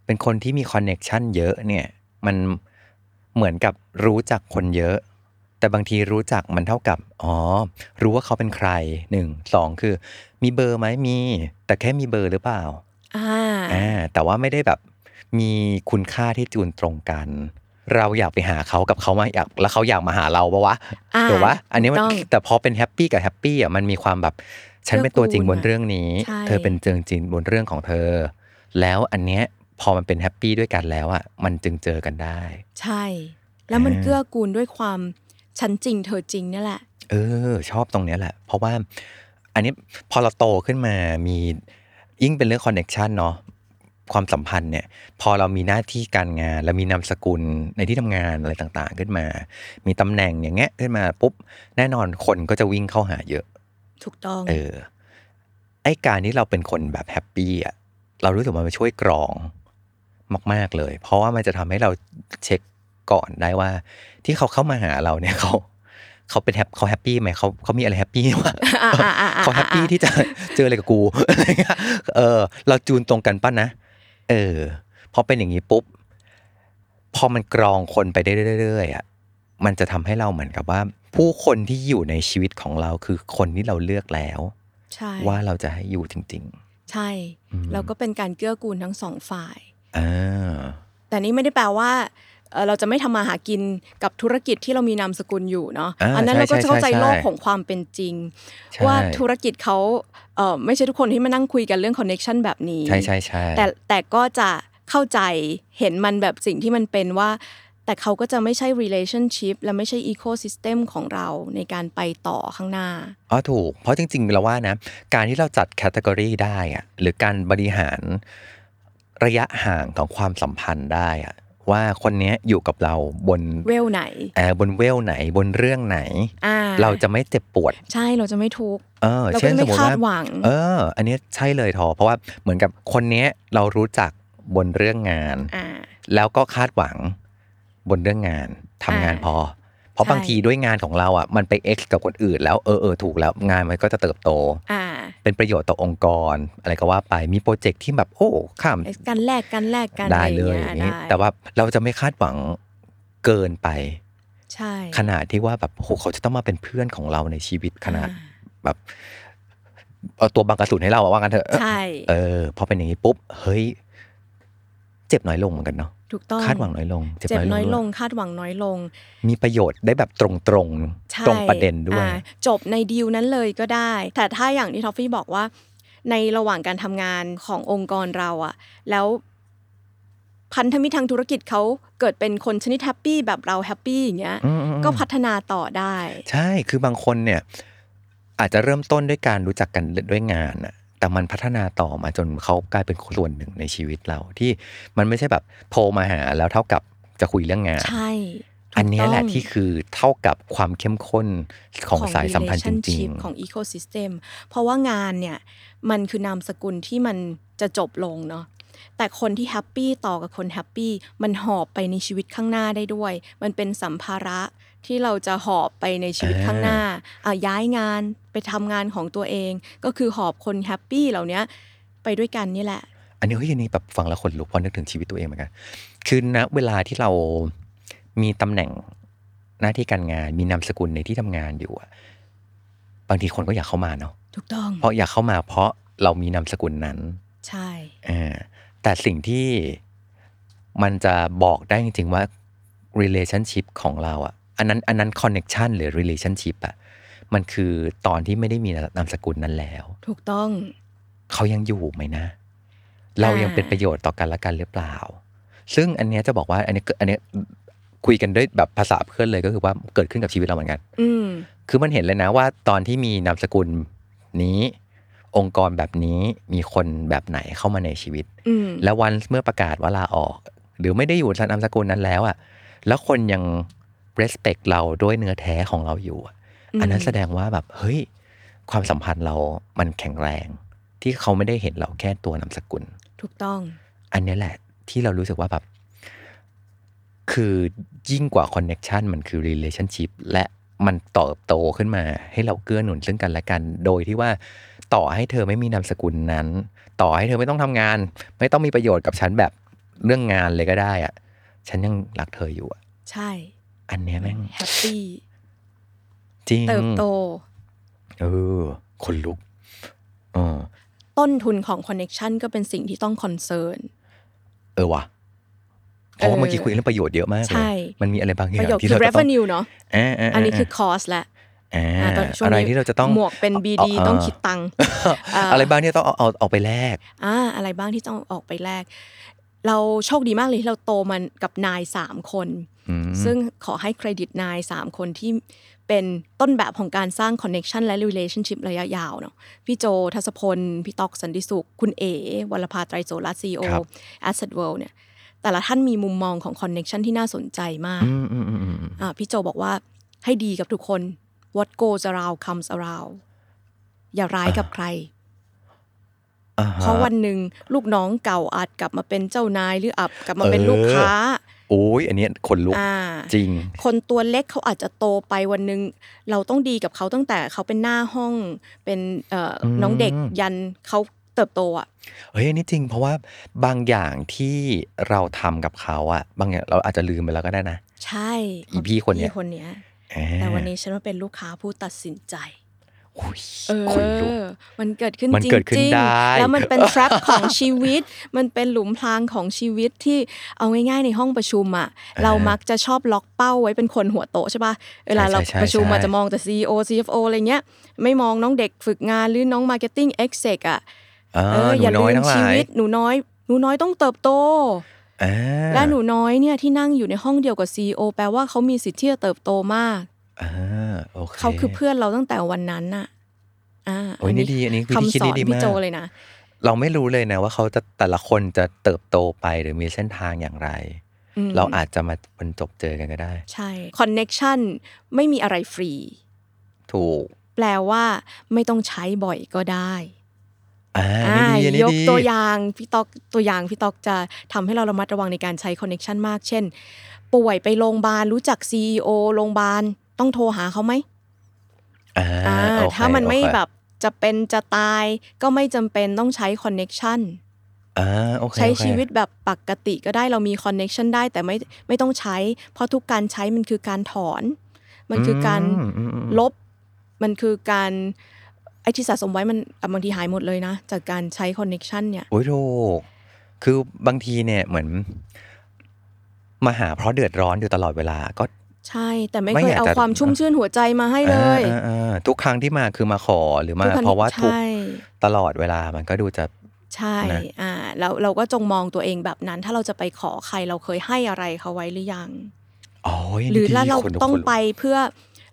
เป็นคนที่มีคอนเน็ชันเยอะเนี่ย มันเหมือนกับรู้จักคนเยอะ แต่บางทีรู้จักมันเท่ากับ อ๋อ รู้ว่าเขาเป็นใครหนึ่งสองคือ มีเบอร์ไหมมี แต่แค่มีเบอร์หรือเปล่า
อ่า
อ่าแต่ว่าไม่ได้แบบมีคุณค่าที่จูนตรงกัน เราอยากไปหาเขากับเขามาอยากแล้วเขาอยากมาหาเราปะวะ
อ่า
ถูกปะอันนี้มัน
ถูกต้อง
แต่พอเป็นแฮปปี้กับแฮปปี้อ่ะมันมีความแบบฉันเป็นตัวจริงบน
เกื้อกูลอะ
เรื่องนี้
ใช่
เธอเป็นเจิงจริงบนเรื่องของเธอ แล้วอันเนี้ยพอมันเป็นแฮปปี้ด้วยกันแล้วอ่ะมันจึงเจอกันได้
ใช่ แล้วมัน
อ่า
เกื้อกูลด้วยความฉันจริงเธอจริงนี่แหละ
เออ ชอบตรงเนี้ยแหละ เพราะว่าอันนี้พอเราโตขึ้นมามียิ่งเป็นเรื่องคอนเน็ชันเนาะความสัมพันธ์เนี่ย พอเรามีหน้าที่การงานแล้วมีนามสกุลในที่ทำงานอะไรต่างๆ ขึ้นมา มีตำแหน่งอย่างเงี้ยขึ้นมาปุ๊บ แน่นอนคนก็จะวิ่งเข้าหาเยอะ
ถูกต้อง
เออ ไอการที่เราเป็นคนแบบแฮปปี้อ่ะ เรารู้สึกว่ามันช่วยกรองมาก ๆเลย เพราะว่ามันจะทำให้เราเช็คก่อนได้ว่า ที่เขาเข้ามาหาเราเนี่ย [laughs] เขา เขาเป็นแฮปเขาแฮปปี้ไหมเขาเขามีอะไรแฮปปี้วะ
อ่าอ่าอ่าอ่า
เขาแฮปปี้ที่จะเจออะไรกับกู [laughs] อะไรเงี้ยเออ เราจูนตรงกันป่ะนะ เออ พอเป็นอย่างนี้ปุ๊บ พอมันกรองคนไปได้เรื่อยๆอ่ะ มันจะทำให้เราเหมือนกับว่า ผู้คนที่อยู่ในชีวิตของเราคือคนที่เราเลือกแล้ว
ใช่
ว่าเราจะให้อยู่จริง
ใช่
อืม
แล้วก็เป็นการเกื้อกูลทั้งสองฝ่าย
ๆอ่า
แต่นี่ไม่ได้แปลว่าเอ่อเราจะไม่ทำมาหากินกับธุรกิจที่เรามีนามสกุลอยู่เนาะ
า
อันนั้นเราก็จะเข้าใจ
ช่ช่
โลกของความเป็นจริง
ใช่
ว่าธุรกิจเขาเอ่อไม่ใช่ทุกคนที่มานั่งคุยกันเรื่องคอนเน็ชันแบบนี้
ใช่ใช่ใช่
แต่แต่ก็จะเข้าใจเห็นมันแบบสิ่งที่มันเป็นว่า แต่เขาก็จะไม่ใช่ relationship และไม่ใช่ ecosystem ของเราในการไปต่อข้างหน้า
อ๋อถูก เพราะจริงๆเราว่านะ การที่เราจัดแคตตากรีได้อะหรือการบริหารระยะห่างของความสัมพันธ์ได้อะ ว่าคนเนี้ยอยู่กับเราบน
เวลไหน
เอ่อบนเวลไหนบนเรื่องไหน
อ่า
เราจะไม่เจ็บปวด
ใช่เราจะไม่ทุกข์
เออ
เราก็
เช่นส
ไม่
มมติ
คาด
ว่า
หวัง
เออ อันเนี้ยใช่เลยทอ เพราะว่าเหมือนกับคนเนี้ยเรารู้จักบนเรื่องงาน
อ่า
แล้วก็คาดหวังบนเรื่องงานทำงาน
อ่า
พอ เพราะ
ใช่
บางทีด้วยงานของเราอ่ะมันไป X กับคนอื่น แล้วเออเออถูกแล้วงานมันก็จะเติบโต [laughs]
อ่า
เป็นประโยชน์ต่อองค์กร อะไรก็ว่าไปมีโปรเจกต์ที่แบบโอ้ข้าม
การแลกกันแลกกัน
ได้
อะร
เลย
อ
อย่าง
งงี้
นี้
ได้
แต่ว่าเราจะไม่คาดหวังเกินไป
ใช่
ขนาดที่ว่าแบบโหเขาจะต้องมาเป็นเพื่อนของเราในชีวิตขนาด
อ่
แบบเอาตัวบังกระสุนให้เราอะว่ากันเถอะ
ใช่
เออพอเป็นอย่างนี้ปุ๊บเฮ้ย เจ็บน้อยลงเหมือนกันเนาะ
ถูกต้อง
คาดหวังน้อยลง เจ็บ
เจ็บ
น้
น้
อ
อย ย
ล
ล
ง
ง
ด้วย
คาดหวังน้อยลง
มีประโยชน์ได้แบบตรงตรงๆ
ใช่
ตรงประเด็นด้วย
อ่าจบในดีลนั้นเลยก็ได้ แต่ถ้าอย่างที่ท็อฟฟี่บอกว่า ในระหว่างการทำงานขององค์กรเราอะแล้วพันธมิตรทางธุรกิจเขาเกิดเป็นคนชนิดแฮปปี้แบบเราแฮปปี้อย่างเงี้ย
อืมอืมอืม
ก็พัฒนาต่อได้
ใช่คือบางคนเนี่ย อาจจะเริ่มต้นด้วยการรู้จักกันด้วยงานอะแต่มันพัฒนาต่อมาจนเขากลายเป็นคนส่วนหนึ่งในชีวิตเราที่มันไม่ใช่แบบโทรมาหาแล้วเท่ากับจะคุยเรื่องงาน
ใช่ถูก
อันเนี้ยแหละ
ต้ง
ที่คือเท่ากับความเข้มข้นของสายสัมพันธ์จริง
relationship
ๆ
ของ ecosystem เพราะว่างานเนี่ย มันคือนามสกุลที่มันจะจบลงเนาะแต่คนที่แฮปปี้ต่อกับคนแฮปปี้มันหอบไปในชีวิตข้างหน้าได้ด้วย มันเป็นสัมภาระที่เราจะหอบไปในชีวิตข้างหน้าอ่ะย้ายงานไปทำงานของตัวเอง ก็คือหอบคนแฮปปี้เหล่าเนี้ยไปด้วยกันนี่แหละ
อันนี้เฮ้ยอันนี้แบบฟังแล้วขนลุกเพอนึกถึงชีวิตตัวเองเหมือนกันคือณเวลาที่เรามีตำแหน่งหน้าที่การงาน มีนามสกุลในที่ทำงานอยู่อะบางทีคนก็อยากเข้ามาเนาะ
ถูกต้อง
เพราะอยากเข้ามาเพราะเรามีนามสกุลนั้น
ใช่
อ่าแต่สิ่งที่มันจะบอกได้จริงๆว่า relationship ของเราอะอันนั้นอันนั้น connection หรือ relationship อะมันคือตอนที่ไม่ได้มีนามสกุลนั้นแล้ว
ถูกต้อง
เขายังอยู่ไหมนะ เรายังเป็นประโยชน์ต่อกันและกันหรือเปล่า ซึ่งอันเนี้ยจะบอกว่า อันเนี้ยก็อันเนี้ยคุยกันด้วยแบบภาษาเพื่อนเลยก็คือว่าเกิดขึ้นกับชีวิตเราเหมือนกัน
อืม
คือมันเห็นเลยนะว่าตอนที่มีนามสกุลนี้ องค์กรแบบนี้มีคนแบบไหนเข้ามาในชีวิต
อืม
แล้ววันเมื่อประกาศว่าลาออก หรือไม่ได้อยู่นามสกุลนั้นแล้วอะแล้วคนยัง respect เราด้วยเนื้อแท้ของเราอยู่อะ อันนั้นแสดงว่าแบบเฮ้ย ความสัมพันธ์เรามันแข็งแรง ที่เขาไม่ได้เห็นเราแค่ตัวนามสกุล
ถูกต้อง
อันเนี้ยแหละที่เรารู้สึกว่าแบบ คือยิ่งกว่าคอนเน็ชันมันคือ relationship และมันเติบโตขึ้นมา ให้เราเกื้อหนุนซึ่งกันและกัน โดยที่ว่าต่อให้เธอไม่มีนามสกุลนั้น ต่อให้เธอไม่ต้องทำงาน ไม่ต้องมีประโยชน์กับฉันแบบเรื่องงานเลยก็ได้อะฉันยังรักเธออยู่อะ
ใช่
อันเนี้ยแม่ง
แฮปปี้
จริง
เติบโต
เออคนลุกเออ
ต้นทุนของคอนเน็ชันก็เป็นสิ่งที่ต้องคอนเซิร์น
เออว่ะเพราะว่า
เออ
เมื่อกี้คุยเรื่องประโยชน์เยอะมากเลย
ใช่
มันมีอะไรบางอ
ป
ย่าง
ระโยค
ที่
คือ
เราจะต้อง
revenue เนาะ
อ่าๆๆ
อันนี้คือ cost แหละ
อ่า
อ่าตนช่วง
อะไร
นี้
ที่เราจะต้อง
หมวกเป็น BD
า
ต้องคิดตังค์
อ่าอะไรบ้างที่ต้องเอาเอาเอาไปแลก
อ่าอะไรบ้างที่ต้องออกไปแลกเราโชคดีมากเลยที่เราโตมันกับนายสามคน
อืม
ซึ่งขอให้เครดิตนายสามคนที่เป็นต้นแบบของการสร้าง connection และ relationship ระยะยาวเนาะพี่โจทัศพล พี่ตอกสันติสุข คุณเอ๋วรภาไตรโสรัตซีโอ
ครับ
Asset World เนี่ยแต่ละท่านมีมุมมองของ connection ที่น่าสนใจมาก
อืมอืมอืมอืม
อ่ะพี่โจบอกว่าให้ดีกับทุกคน what goes around comes around อย่าร้ายกับใคร
อ่าฮะ
เพราะวันหนึ่งลูกน้องเก่าอาจกลับมาเป็นเจ้านายหรืออับกลับมาเป็นลูกค้า
โอ้ยอันเนี้ยคนลุก
อ่า
จริง
คนตัวเล็กเขาอาจจะโตไปวันหนึ่งเราต้องดีกับเขาตั้งแต่เขาเป็นหน้าห้อง เป็นเอ่ออ
ม
น้องเด็กยันเขาเติบโตอ่ะ
เฮ้ยอันนี้จริง เพราะว่าบางอย่างที่เราทำกับเขาอะบางอย่างเราอาจจะลืมไปแล้วก็ได้นะ
ใช่
อีพี่คนเนี้ย
อีคนเนี้ย
อ่า
แต่วันนี้ฉันมาเป็นลูกค้าผู้ตัดสินใจ
โอ้ย
เออ
คนลุก
มันเกิดขึ้น
มัน
จริง
เกิดขึ้น
ๆ
ได้
แล้วมันเป็น trap ของชีวิต มันเป็นหลุมพรางของชีวิตที่เอาง่ายๆในห้องประชุมอ่ะ เรามักจะชอบล็อกเป้าไว้เป็นคนหัวโตะใช่ป่ะ เวลาเราประชุมอาจจะมองแต่ CEO CFO อะไรเงี้ย ไม่มองน้องเด็กฝึกงานหรือน้อง marketing exec อ่ะ
เอ
เอ
อ
อ
หนู
อย่า
น้
ลื
อย
ม
ทั้งห
ชี
ลาย
วิตหนูน้อย หนูน้อยต้องเติบโต
อ่า
และหนูน้อยเนี่ยที่นั่งอยู่ในห้องเดียวกับ CEO แปลว่าเขามีสิทธิ์ที่จะเติบโตมาก
อ่าโอเค
เขาคือเพื่อนเราตั้งแต่วันนั้นน่ะ อ่า
โอ้ยนี่ดีอันนี้วิธี
คำ
คิด
สอ
นี่
น
ดี
พี่โจ
มาก
เลยนะ
เราไม่รู้เลยนะว่าเขาจะแต่ละคนจะเติบโตไปหรือมีเส้นทางอย่างไร
อืม
เราอาจจะมาบรรจบเจอกันก็ได้
ใช่ คอนเน็ชันไม่มีอะไรฟรี
ถูก
แปลว่าไม่ต้องใช้บ่อยก็ได้
อ่านี่ดีอันนี้
ยก
ดี
ตัวอย่างพี่ต๊อกตัวอย่างพี่ต๊อกจะทำให้เราระมัดระวังในการใช้คอนเน็ชันมาก เช่น ป่วยไปโรงพยาบาลรู้จักซีอโรงพยาบาลต้องโทรหาเขาไหม
อ่า
อ่า
โอเค
ถ้ามันไม่
โอเค
แบบจะเป็นจะตายก็ไม่จำเป็นต้องใช้คอนเน็ชัน
อ่าโอเค
ใช้
โอเค
ชีวิตแบบปกติก็ได้เรามีคอนเน็ชันได้แต่ไม่ไม่ต้องใช้ เพราะทุกการใช้มันคือการถอน มันคือการ
มอืมอืม
ลบมันคือการไอที่สะสมไว้มันอ่ะบางทีหายหมดเลยนะ จากการใช้คอนเน็ชันเนี่ย
โอ้ยถูกคือบางทีเนี่ยเหมือน มาหาเพราะเดือดร้อนอยู่ตลอดเวลาก็
ใช่แต่ไม่
ไม่
เคย
อยาก
เอา
จะ
ความชุ่มชื่นหัวใจมาให้เลย
อ่าอ่าอ่าทุกครั้งที่มาคือมาขอหรือมา
ทุกครั้ง
เพราะว่า
ใช่
ทุกข์ตลอดเวลามันก็ดูจะ
ใช่
นะ
อ่าแล้วเราก็จงมองตัวเองแบบนั้น ถ้าเราจะไปขอใครเราเคยให้อะไรเขาไว้หรือยัง
โอ๋อย
หรือ
ดี
ถ้าเรา
คนลุก
ต้อง
คนลุก
ไปเพื่อ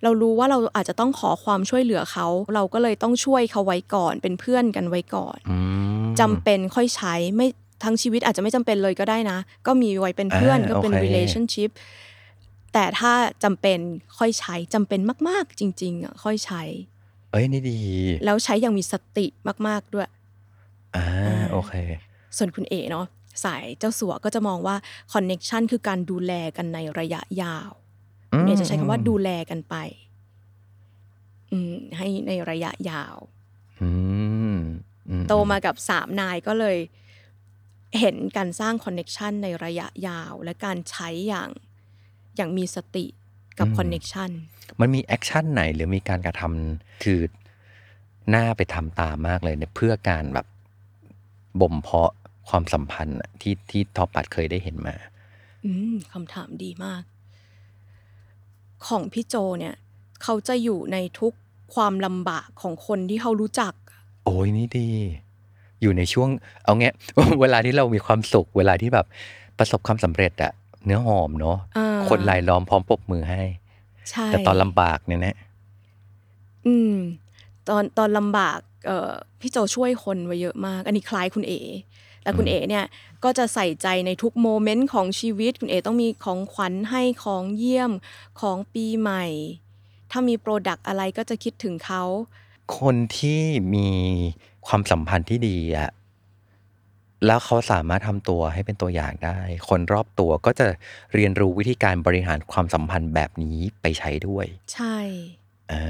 เรารู้ว่าเราอาจจะต้องขอความช่วยเหลือเขา เราก็เลยต้องช่วยเขาไว้ก่อน เป็นเพื่อนกันไว้ก่อน
อืม
จำเป็นค่อยใช้ไม่ทั้งชีวิตอาจจะไม่จำเป็นเลยก็ได้นะ ก็มีไว้เป็นเพื่อน
อ่า
ก็เป็น
โอเค
relationship แต่ถ้าจำเป็นค่อยใช้จำเป็นมาก ๆ จริงๆอ่ะค่อยใช้
เอ้ยนี่ดี
แล้วใช้อย่างมีสติมาก ๆ ด้วย
อ่า
อ่า
โอเค
ส่วนคุณเอเนาะสายเจ้าสัวก็จะมองว่า connection คือการดูแลกันในระยะยาว
อืม
เนี่ยจะใช้คำว่าดูแลกันไป อืมให้ในระยะยาว
อืมอื
โตมากับสามนายก็เลยเห็นการสร้างคอนเน็ชันในระยะยาว และการใช้อย่างอย่างมีสติกับคอนเน็ชัน
มันมีแอคชั่นไหนหรือมีการกระทำคือหน้าไปทำตามมากเลยเนี่ยเพื่อการแบบบ่มเพาะความสัมพันธ์อะที่ที่ทอปัดเคยได้เห็นมา
อืมคำถามดีมาก ของพี่โจเนี่ย เขาจะอยู่ในทุกความลำบากของคนที่เขารู้จัก
โอ้ยนี่ดี อยู่ในช่วง เอาแงะ [laughs] เวลาที่เรามีความสุข เวลาที่แบบประสบความสำเร็จอะเนื้อหอมเนาะ
อ่า
คนรายล้อมพร้อมปรบมือให้
ใช่
แต่ตอนลำบากเนี่ยนะ
อืม ตอนตอนลำบากเอ่อพี่โจช่วยคนไว้เยอะมาก อันนี้คล้ายคุณเอ๋แต่คุณเอ๋เนี่ย ก็จะใส่ใจในทุกโมเมนต์ของชีวิต คุณเอ๋ต้องมีของขวัญให้ของเยี่ยมของปีใหม่ ถ้ามีโปรดักต์อะไรก็จะคิดถึงเขา
คนที่มีความสัมพันธ์ที่ดีอะแล้วเขาสามารถทำตัวให้เป็นตัวอย่างได้ คนรอบตัวก็จะเรียนรู้วิธีการบริหารความสัมพันธ์แบบนี้ไปใช้ด้วย
ใช่
อ่า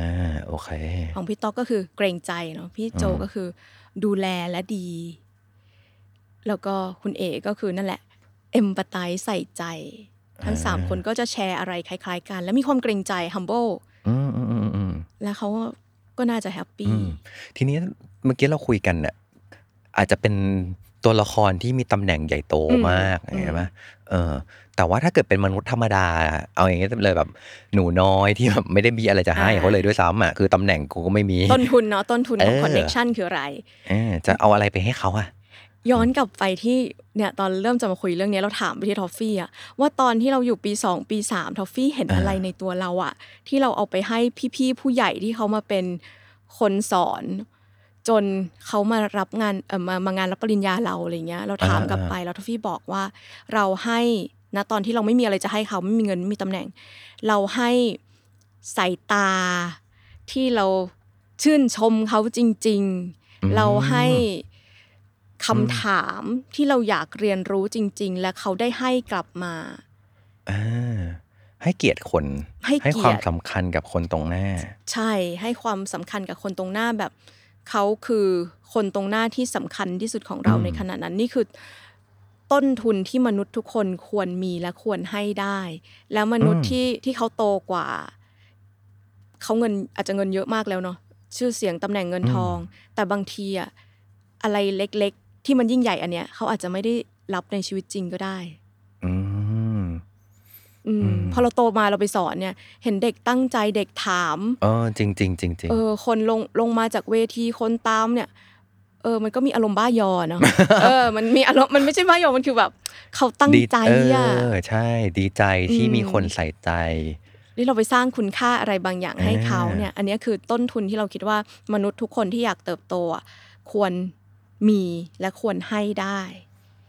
โอเค
ของพี่ต๊อกก็คือเกรงใจเนาะพี่โจ
อืม
ก็คือดูแลและดี แล้วก็คุณเอ๋ก็คือนั่นแหละเอม a ัตไใส่ใจ ทั้งสามคนก็จะแชร์อะไรคล้าย ๆ กัน และมีความเกรงใจ humble
อืมอืมอืมอืม
แล้วเขาก็ก็น่าจะแฮป
อื
ปี้
มทีนี้เมื่อกี้เราคุยกันเนี่ยอาจจะเป็นตัวละครที่มีตำแหน่งใหญ่โต
อืม
มากอย่างเงี้ยใช่
อืม
ไหมเออ แต่ว่าถ้าเกิดเป็นมนุษย์ธรรมดา เอาอย่างเงี้ยเลยแบบหนูน้อยที่แบบไม่ได้มีอะไรจะให้เขาเลยด้วยซ้ำอ่ะคือตำแหน่งกูก็ไม่มี
ต้นทุนเนาะต้นทุนของ
เออ
คอนเน็ชันคืออะไร
เออจะเอาอะไรไปให้เขาอ่ะ
ย้อนกลับไปที่เนี่ยตอนเริ่มจะมาคุยเรื่องเนี้ยเราถามไปที่ทอฟฟี่อะว่าตอนที่เราอยู่ปี 2 ปี 3 ทอฟฟี่เห็น
อ่า
อะไรในตัวเราอะที่เราเอาไปให้พี่ๆผู้ใหญ่ที่เขามาเป็นคนสอน จนเขามารับงานเออมามางานรับปริญญาเราอะไรเงี้ยเราถามกลับไปแล้วทอฟฟี่บอกว่า เราให้นะตอนที่เราไม่มีอะไรจะให้เขาไม่มีเงินไม่มีตำแหน่ง เราให้สายตาที่เราชื่นชมเขาจริง
อืม
ๆ เราให้ คำถามที่เราอยากเรียนรู้จริง ๆ และเขาได้ให้กลับมา
อ่าให้เกียรติคน
ให้เกียรติ
ความสำคัญกับคนตรงหน้า
ใช่ให้ความสำคัญกับคนตรงหน้าแบบเขาคือคนตรงหน้าที่สำคัญที่สุดของเรา
อืม
ในขณะนั้นนี่คือ ต้นทุนที่มนุษย์ทุกคนควรมีและควรให้ได้ แล้วมนุษย์ที่ที่เขาโตกว่าเขาเงินอาจจะเงินเยอะมากแล้วเนาะชื่อเสียงตำแหน่งเงินทอง แต่บางทีอะอะไรเล็กๆ ที่มันยิ่งใหญ่อันเนี้ยเขาอาจจะไม่ได้รับในชีวิตจริงก็ได้
อืม
อืม
อืม
พอเราโตมาเราไปสอนเนี่ย เห็นเด็กตั้งใจเด็กถาม
เออจริงจริงๆจริงจริง
เออ คนลงลงมาจากเวทีคนตามเนี่ย เออ มันก็มีอารมณ์บ้ายอเนาะ
[laughs]
เออ มันมีอารมณ์มันไม่ใช่บ้ายอมันคือแบบ เขาตั้งใจ
เอ
อ่ะ
อใช่ ดีใจที่
อืม
มีคนใส่ใจ
นี่เราไปสร้างคุณค่าอะไรบางอย่างให้
อ่า
เขาเนี่ย อันเนี้ยคือต้นทุนที่เราคิดว่ามนุษย์ทุกคนที่อยากเติบโตอะควรมีและควรให้ได้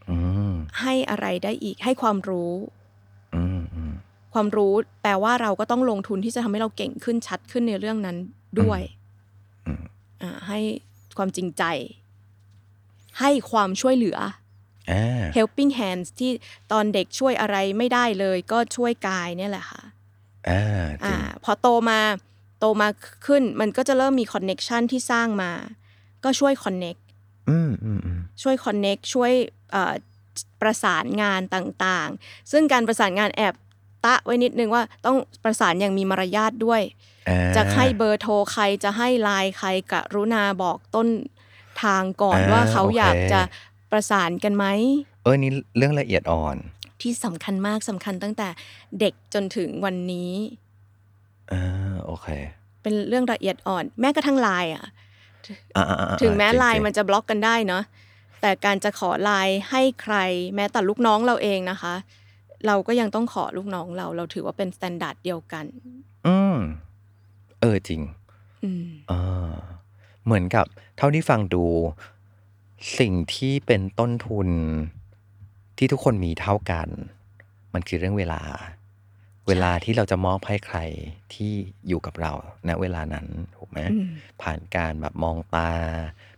อืม
ให้อะไรได้อีกให้ความรู้ ความรู้ แปลว่าเราก็ต้องลงทุนที่จะทำให้เราเก่งขึ้นชัดขึ้นในเรื่องนั้นด้วย
อืม
อ่าให้ความจริงใจ ให้ความช่วยเหลือ
อ่า
helping hands ที่ตอนเด็กช่วยอะไรไม่ได้เลย ก็ช่วยกายเนี่ยแหละค่ะ
อ่าจริ
อ่าง พอโตมาโตมาขึ้นมันก็จะเริ่มมีคอนเน็ชันที่สร้างมา ก็ช่วยคอนเน็
อืมอืมอืม
ช่วยคอนเน็ช่วยเอ่อประสานงานต่างๆ ซึ่งการประสานงานแอบตะไว้นิดนึงว่าต้องประสานอย่างมีมารยาทด้วย
อ่า
จะให้เบอร์โทรใครจะให้ไลน์ใครกรุณาบอกต้นทางก่อน
อ่า
ว่าเขา
โอเค
อยากจะประสานกันไหม
เออนี่เรื่องละเอียดอ่อน
ที่สำคัญมากสำคัญตั้งแต่เด็กจนถึงวันนี้
อ่าโอเค
เป็นเรื่องละเอียดอ่อน แม้กระทั่งไลน์อ่ะ
อ่าอ่าอ่าอ่า
ถึงแม้
จริ
ไล
จ
น์
ริ
มันจะบล็อกกันได้เนาะแต่การจะขอไลน์ให้ใคร แม้แต่ลูกน้องเราเองนะคะ เราก็ยังต้องขอลูกน้องเรา เราถือว่าเป็นสแตนดาร์ดเดียวกัน
อืมเออจริง
อืม
อ่าเหมือนกับเท่าที่ฟังดู สิ่งที่เป็นต้นทุนที่ทุกคนมีเท่ากัน มันคือเรื่องเวลา เวลาที่เราจะมอบให้ใครที่อยู่กับเราณเวลานั้นถูกไหม
อืม
ผ่านการแบบมองตา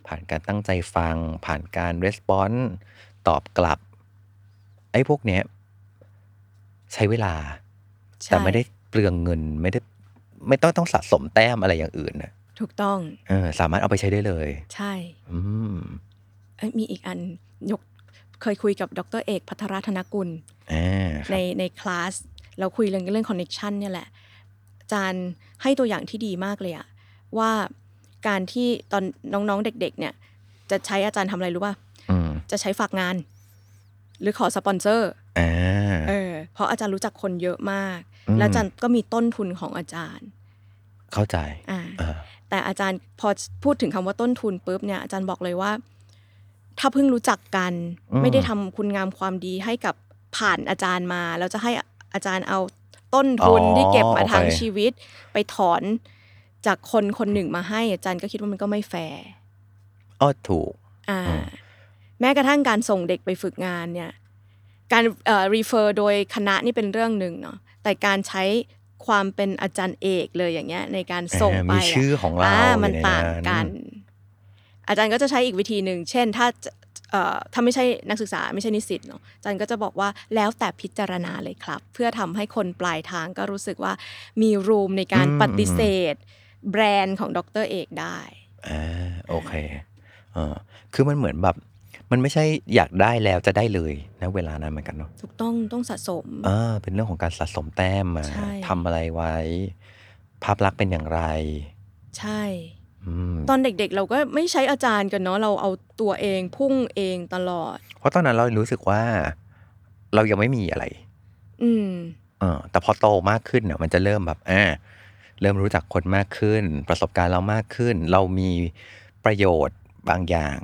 ผ่านการตั้งใจฟัง ผ่านการรีสปอนส์ตอบกลับ ไอ้พวกเนี้ย ใช้เวลา
ใช่
แต่ไม่ได้เปลืองเงินไม่ได้ไม่ต้องต้องสะสมแต้มอะไรอย่างอื่นนะ
ถูกต้อง
เออสามารถเอาไปใช้ได้เลย
ใช่
อืม
เอ้ยมีอีกอันยกเคยคุยกับดรเอกพัทรธนกุล
อ่าค
ใน
รับ
ในคลาสเราคุยเรื่องเรื่องคอนเน็ชันเนี่ยแหละอาจารย์ให้ตัวอย่างที่ดีมากเลยอะว่าการที่ตอนน้องๆเด็ก ๆ เนี่ย จะใช้อาจารย์ทำอะไรรู้ป่ะ
อืม
จะใช้ฝากงาน หรือขอสปอนเซอร์
อ่า
เออเพราะอาจารย์รู้จักคนเยอะมาก
อืม
แล้วอาจารย์ก็มีต้นทุนของอาจารย์
เข้าใจ
อ่า
อ่า
แต่อาจารย์พอพูดถึงคำว่าต้นทุนปุ๊บเนี่ยอาจารย์บอกเลยว่า ถ้าเพิ่งรู้จักกัน ไม่ได้ทำคุณงามความดีให้กับผ่านอาจารย์มาแล้วจะให้อาจารย์เอาต้นทุนที่เก็บมาทางชีวิต ไปถอนจากคนคนหนึ่งมาให้ อาจารย์ก็คิดว่ามันก็ไม่แฟร์
อ้อถูก
อ่า
อืม
แม้กระทั่งการส่งเด็กไปฝึกงานเนี่ยการเอ่อ refer โดยคณะนี่เป็นเรื่องหนึ่งเนาะแต่การใช้ความเป็นอาจารย์เอกเลยอย่างเงี้ยในการส่ง
อ่า
ไป
มี
อะ
ชื่อของเรา
อ่า
อยู่
มัน
ใน
ต่างกัน อาจารย์ก็จะใช้อีกวิธีหนึ่ง เช่นถ้าเอ่อถ้าไม่ใช่นักศึกษาไม่ใช่นิสิตเนาะอาจารย์ก็จะบอกว่าแล้วแต่พิจารณาเลยครับ เพื่อทำให้คนปลายทางก็รู้สึกว่ามีรูมในการปฏิเสธ แบรนด์ของดรเอกได้
อ่าโอเคเออคือมันเหมือนแบบ มันไม่ใช่อยากได้แล้วจะได้เลยนะเวลานั้นเหมือนกันเนาะ
ถูกต้องต้องสะสม
อ่าเป็นเรื่องของการสะสมแต้มมา
ใช่
ทำอะไรไว้ ภาพลักษณ์เป็นอย่างไร
ใช่
อืม
ตอนเด็กๆ เราก็ไม่ใช้อาจารย์กันเนาะเราเอาตัวเองพุ่งเองตลอด
เพราะตอนนั้นเรารู้สึกว่า เรายังไม่มีอะไร
อืม
เออแต่พอโตมากขึ้นเนี่ยมันจะเริ่มแบบอ่าเริ่มรู้จักคนมากขึ้น ประสบการณ์เรามากขึ้น เรามีประโยชน์บางอย่าง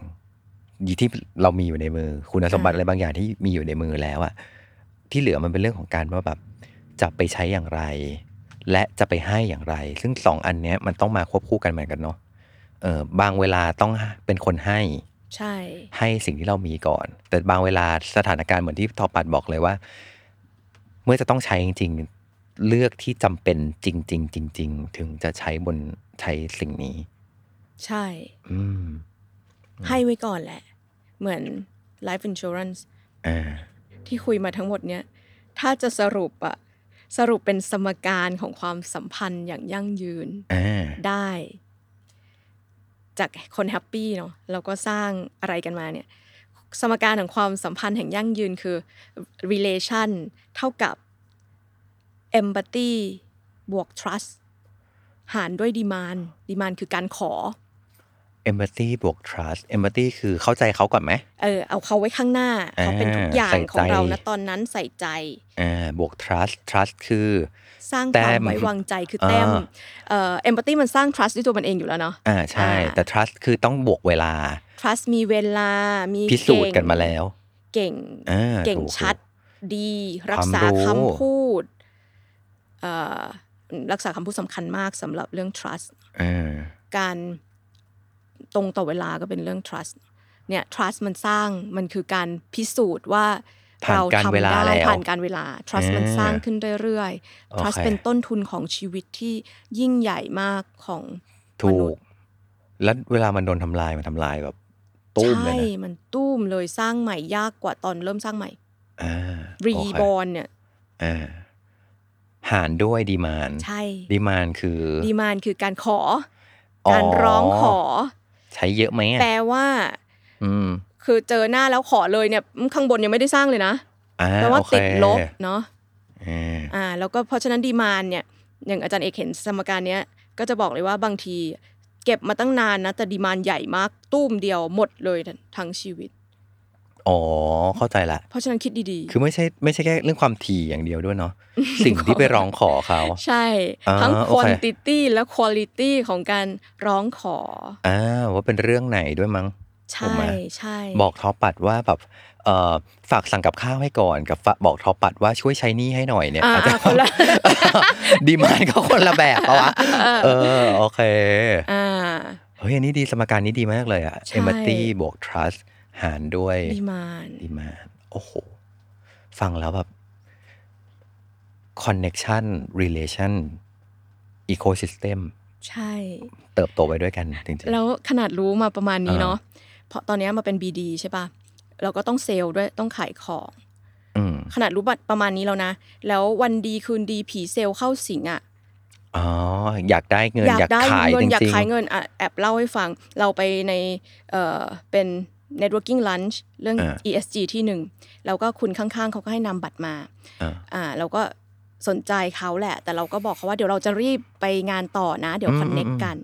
ที่เรามีอยู่ในมือ คุณสมบัติ
ค่ะ
อะไรบางอย่างที่มีอยู่ในมือแล้วอะที่เหลือมันเป็นเรื่องของการว่าแบบจะไปใช้อย่างไร และจะไปให้อย่างไร ซึ่งสองอันเนี้ยมันต้องมาควบคู่กันเหมือนกันเนาะเออบางเวลาต้องเป็นคนให้
ใช่
ให้สิ่งที่เรามีก่อน แต่บางเวลาสถานการณ์เหมือนที่ทอปัดบอกเลยว่า เมื่อจะต้องใช้จริง ๆ เลือกที่จำเป็นจริง ๆ จริง ๆ ถึงจะใช้บนใช้สิ่งนี้
ใช่
อืม
ให้ไว้ก่อนแหละ เหมือน life insurance
อ่า
ที่คุยมาทั้งหมดเนี้ย ถ้าจะสรุปอะสรุปเป็นสมการของความสัมพันธ์อย่างยั่งยืน
อ่า
ได้ จากคนแฮปปี้เนาะเราก็สร้างอะไรกันมาเนี่ย สมการของความสัมพันธ์แห่งยั่งยืนคือ relation เท่ากับ empathy บวก trust หารด้วย demand demand คือการขอ
เอมพัตตีบวก trust เอมพัตตีคือเข้าใจเขาก่อนไหม
เออเอาเขาไว้ข้างหน้า เขาเป็นทุกอย่าง
ใส่ใจ
ของเรานะตอนนั้นใส่ใจ
อ่าบวก trust trust คือ
สร้างค
แต้
วาม
ม
ไว้วางใจคือแต้ม
อ่า
เอ่อ empathy มันสร้าง trust ด้วยตัวมันเองอยู่แล้วเนาะ
อ่าใช่
อ่า
แต่ trust คือต้องบวกเวลา
trust มีเวลา มี
พิสูจน์กันมาแล้ว
เก่ง
อ่า
เก่ง
ถูก
ชัดดี รักษา
ความรู้
คำพูดเอ่อรักษาคำพูดสำคัญมากสำหรับเรื่อง trust
อ่า
การตรงต่อเวลาก็เป็นเรื่อง trust เนี่ย trust มันสร้างมันคือการพิสูจน์ว่า
ผ่าน
เรา
การ
ทำ
เวลา
ได้
แล้ว
ผ่านการเวลา trust มัน
อ่า
สร้างขึ้นเรื่อย
โอ
ๆ trust
เค
เป็นต้นทุนของชีวิตที่ยิ่งใหญ่มากของม
ถู
นุษ
ก
ย์
แล้วเวลามันโดนทำลายมันทำลายแบบตุ้มเลย
ใช่
นะ
มันตุ้มเลยสร้างใหม่ยากกว่าตอนเริ่มสร้างใหม่
อ่า
รี
โเค
บอนเนี่ย
อ่าหารด้วยดีมาน
ใช่
ดีมานคือ
ดีมานคือการขออ
อ
การร้องขอ
ใช้เยอะไหมอ่ะ
แปลว่า
อืม
คือเจอหน้าแล้วขอเลยเนี่ยข้างบนยังไม่ได้สร้างเลยนะ
อ่า
แปลว่า
โอเค
ติดลบเนาะ
อ่า
อ่าแล้วก็เพราะฉะนั้นดีมานเนี่ยอย่างอาจารย์เอกเห็นสมการเนี้ยก็จะบอกเลยว่าบางที เก็บมาตั้งนานนะแต่ดีมานใหญ่มากตู้มเดียวหมดเลยทั้งชีวิต
อ๋อ เข้าใจละ
เพราะฉะนั้นคิดดี
คือไม่ใช่ไม่ใช่แค่เรื่องความถี่อย่างเดียว
[laughs]
ด้วยเนาะ สิ่งที่ไปร้องขอเขา
ๆ ใช่
อ่า
ทั้ง
โอ
ค
เค
ว a n t ิตี้และคุณ l i t y ของการร้องขอ
อ่าว่าเป็นเรื่องไหนด้วยมั้ง
ใช่
ถูกไหม
ใช่
บอกทอปัดว่าแบบเอ่อฝากสั่งกับข้าวให้ก่อนกับฝากบอกทอปัดว่าช่วยใช้หนี้ให้หน่อยเนี่ย
อ่า
อาจจะ
อ่าคนละ
ดีมานก็คนละแบบปะวะเออโอเค
อ่า
เฮ้ยอันนี้ดีสมการนี้ดีมากเลยอะ
ใช่
empathy บวก trust หารด้วย
ดีมาน
ดีมานโอ้โห ฟังแล้วแบบ connection relation ecosystem
ใช่
เติบโตไปด้วยกันจริง
แล้วขนาดรู้มาประมาณนี้
อ่า
เนาะเพราะตอนเนี้ยมาเป็น BD ใช่ป่ะเราก็ต้องเซลล์ด้วยต้องขายของ
ๆอืม
ขนาดรู้บัตรประมาณนี้แล้วนะ แล้ววันดีคืนดีผีเซลล์เข้าสิงอ่ะ
อ๋อ อยากได้เงิน อยาก
ได้
ขาย
เงิ
จ
อยาก
ริง
ขายเงินอ่ะแอบเล่าให้ฟัง เราไปในเอ่อเป็น networking lunch เรื่อง ESG ที่หนึ่งแล้วก็คุณข้างๆ เขาก็ให้นำบัตรมา
ๆอ่า
อ่าเราก็สนใจเขาแหละ แต่เราก็บอกเขาว่าเดี๋ยวเราจะรีบไปงานต่อนะ เดี๋ยว
อืม
คอนเน็ก
อืม
กัน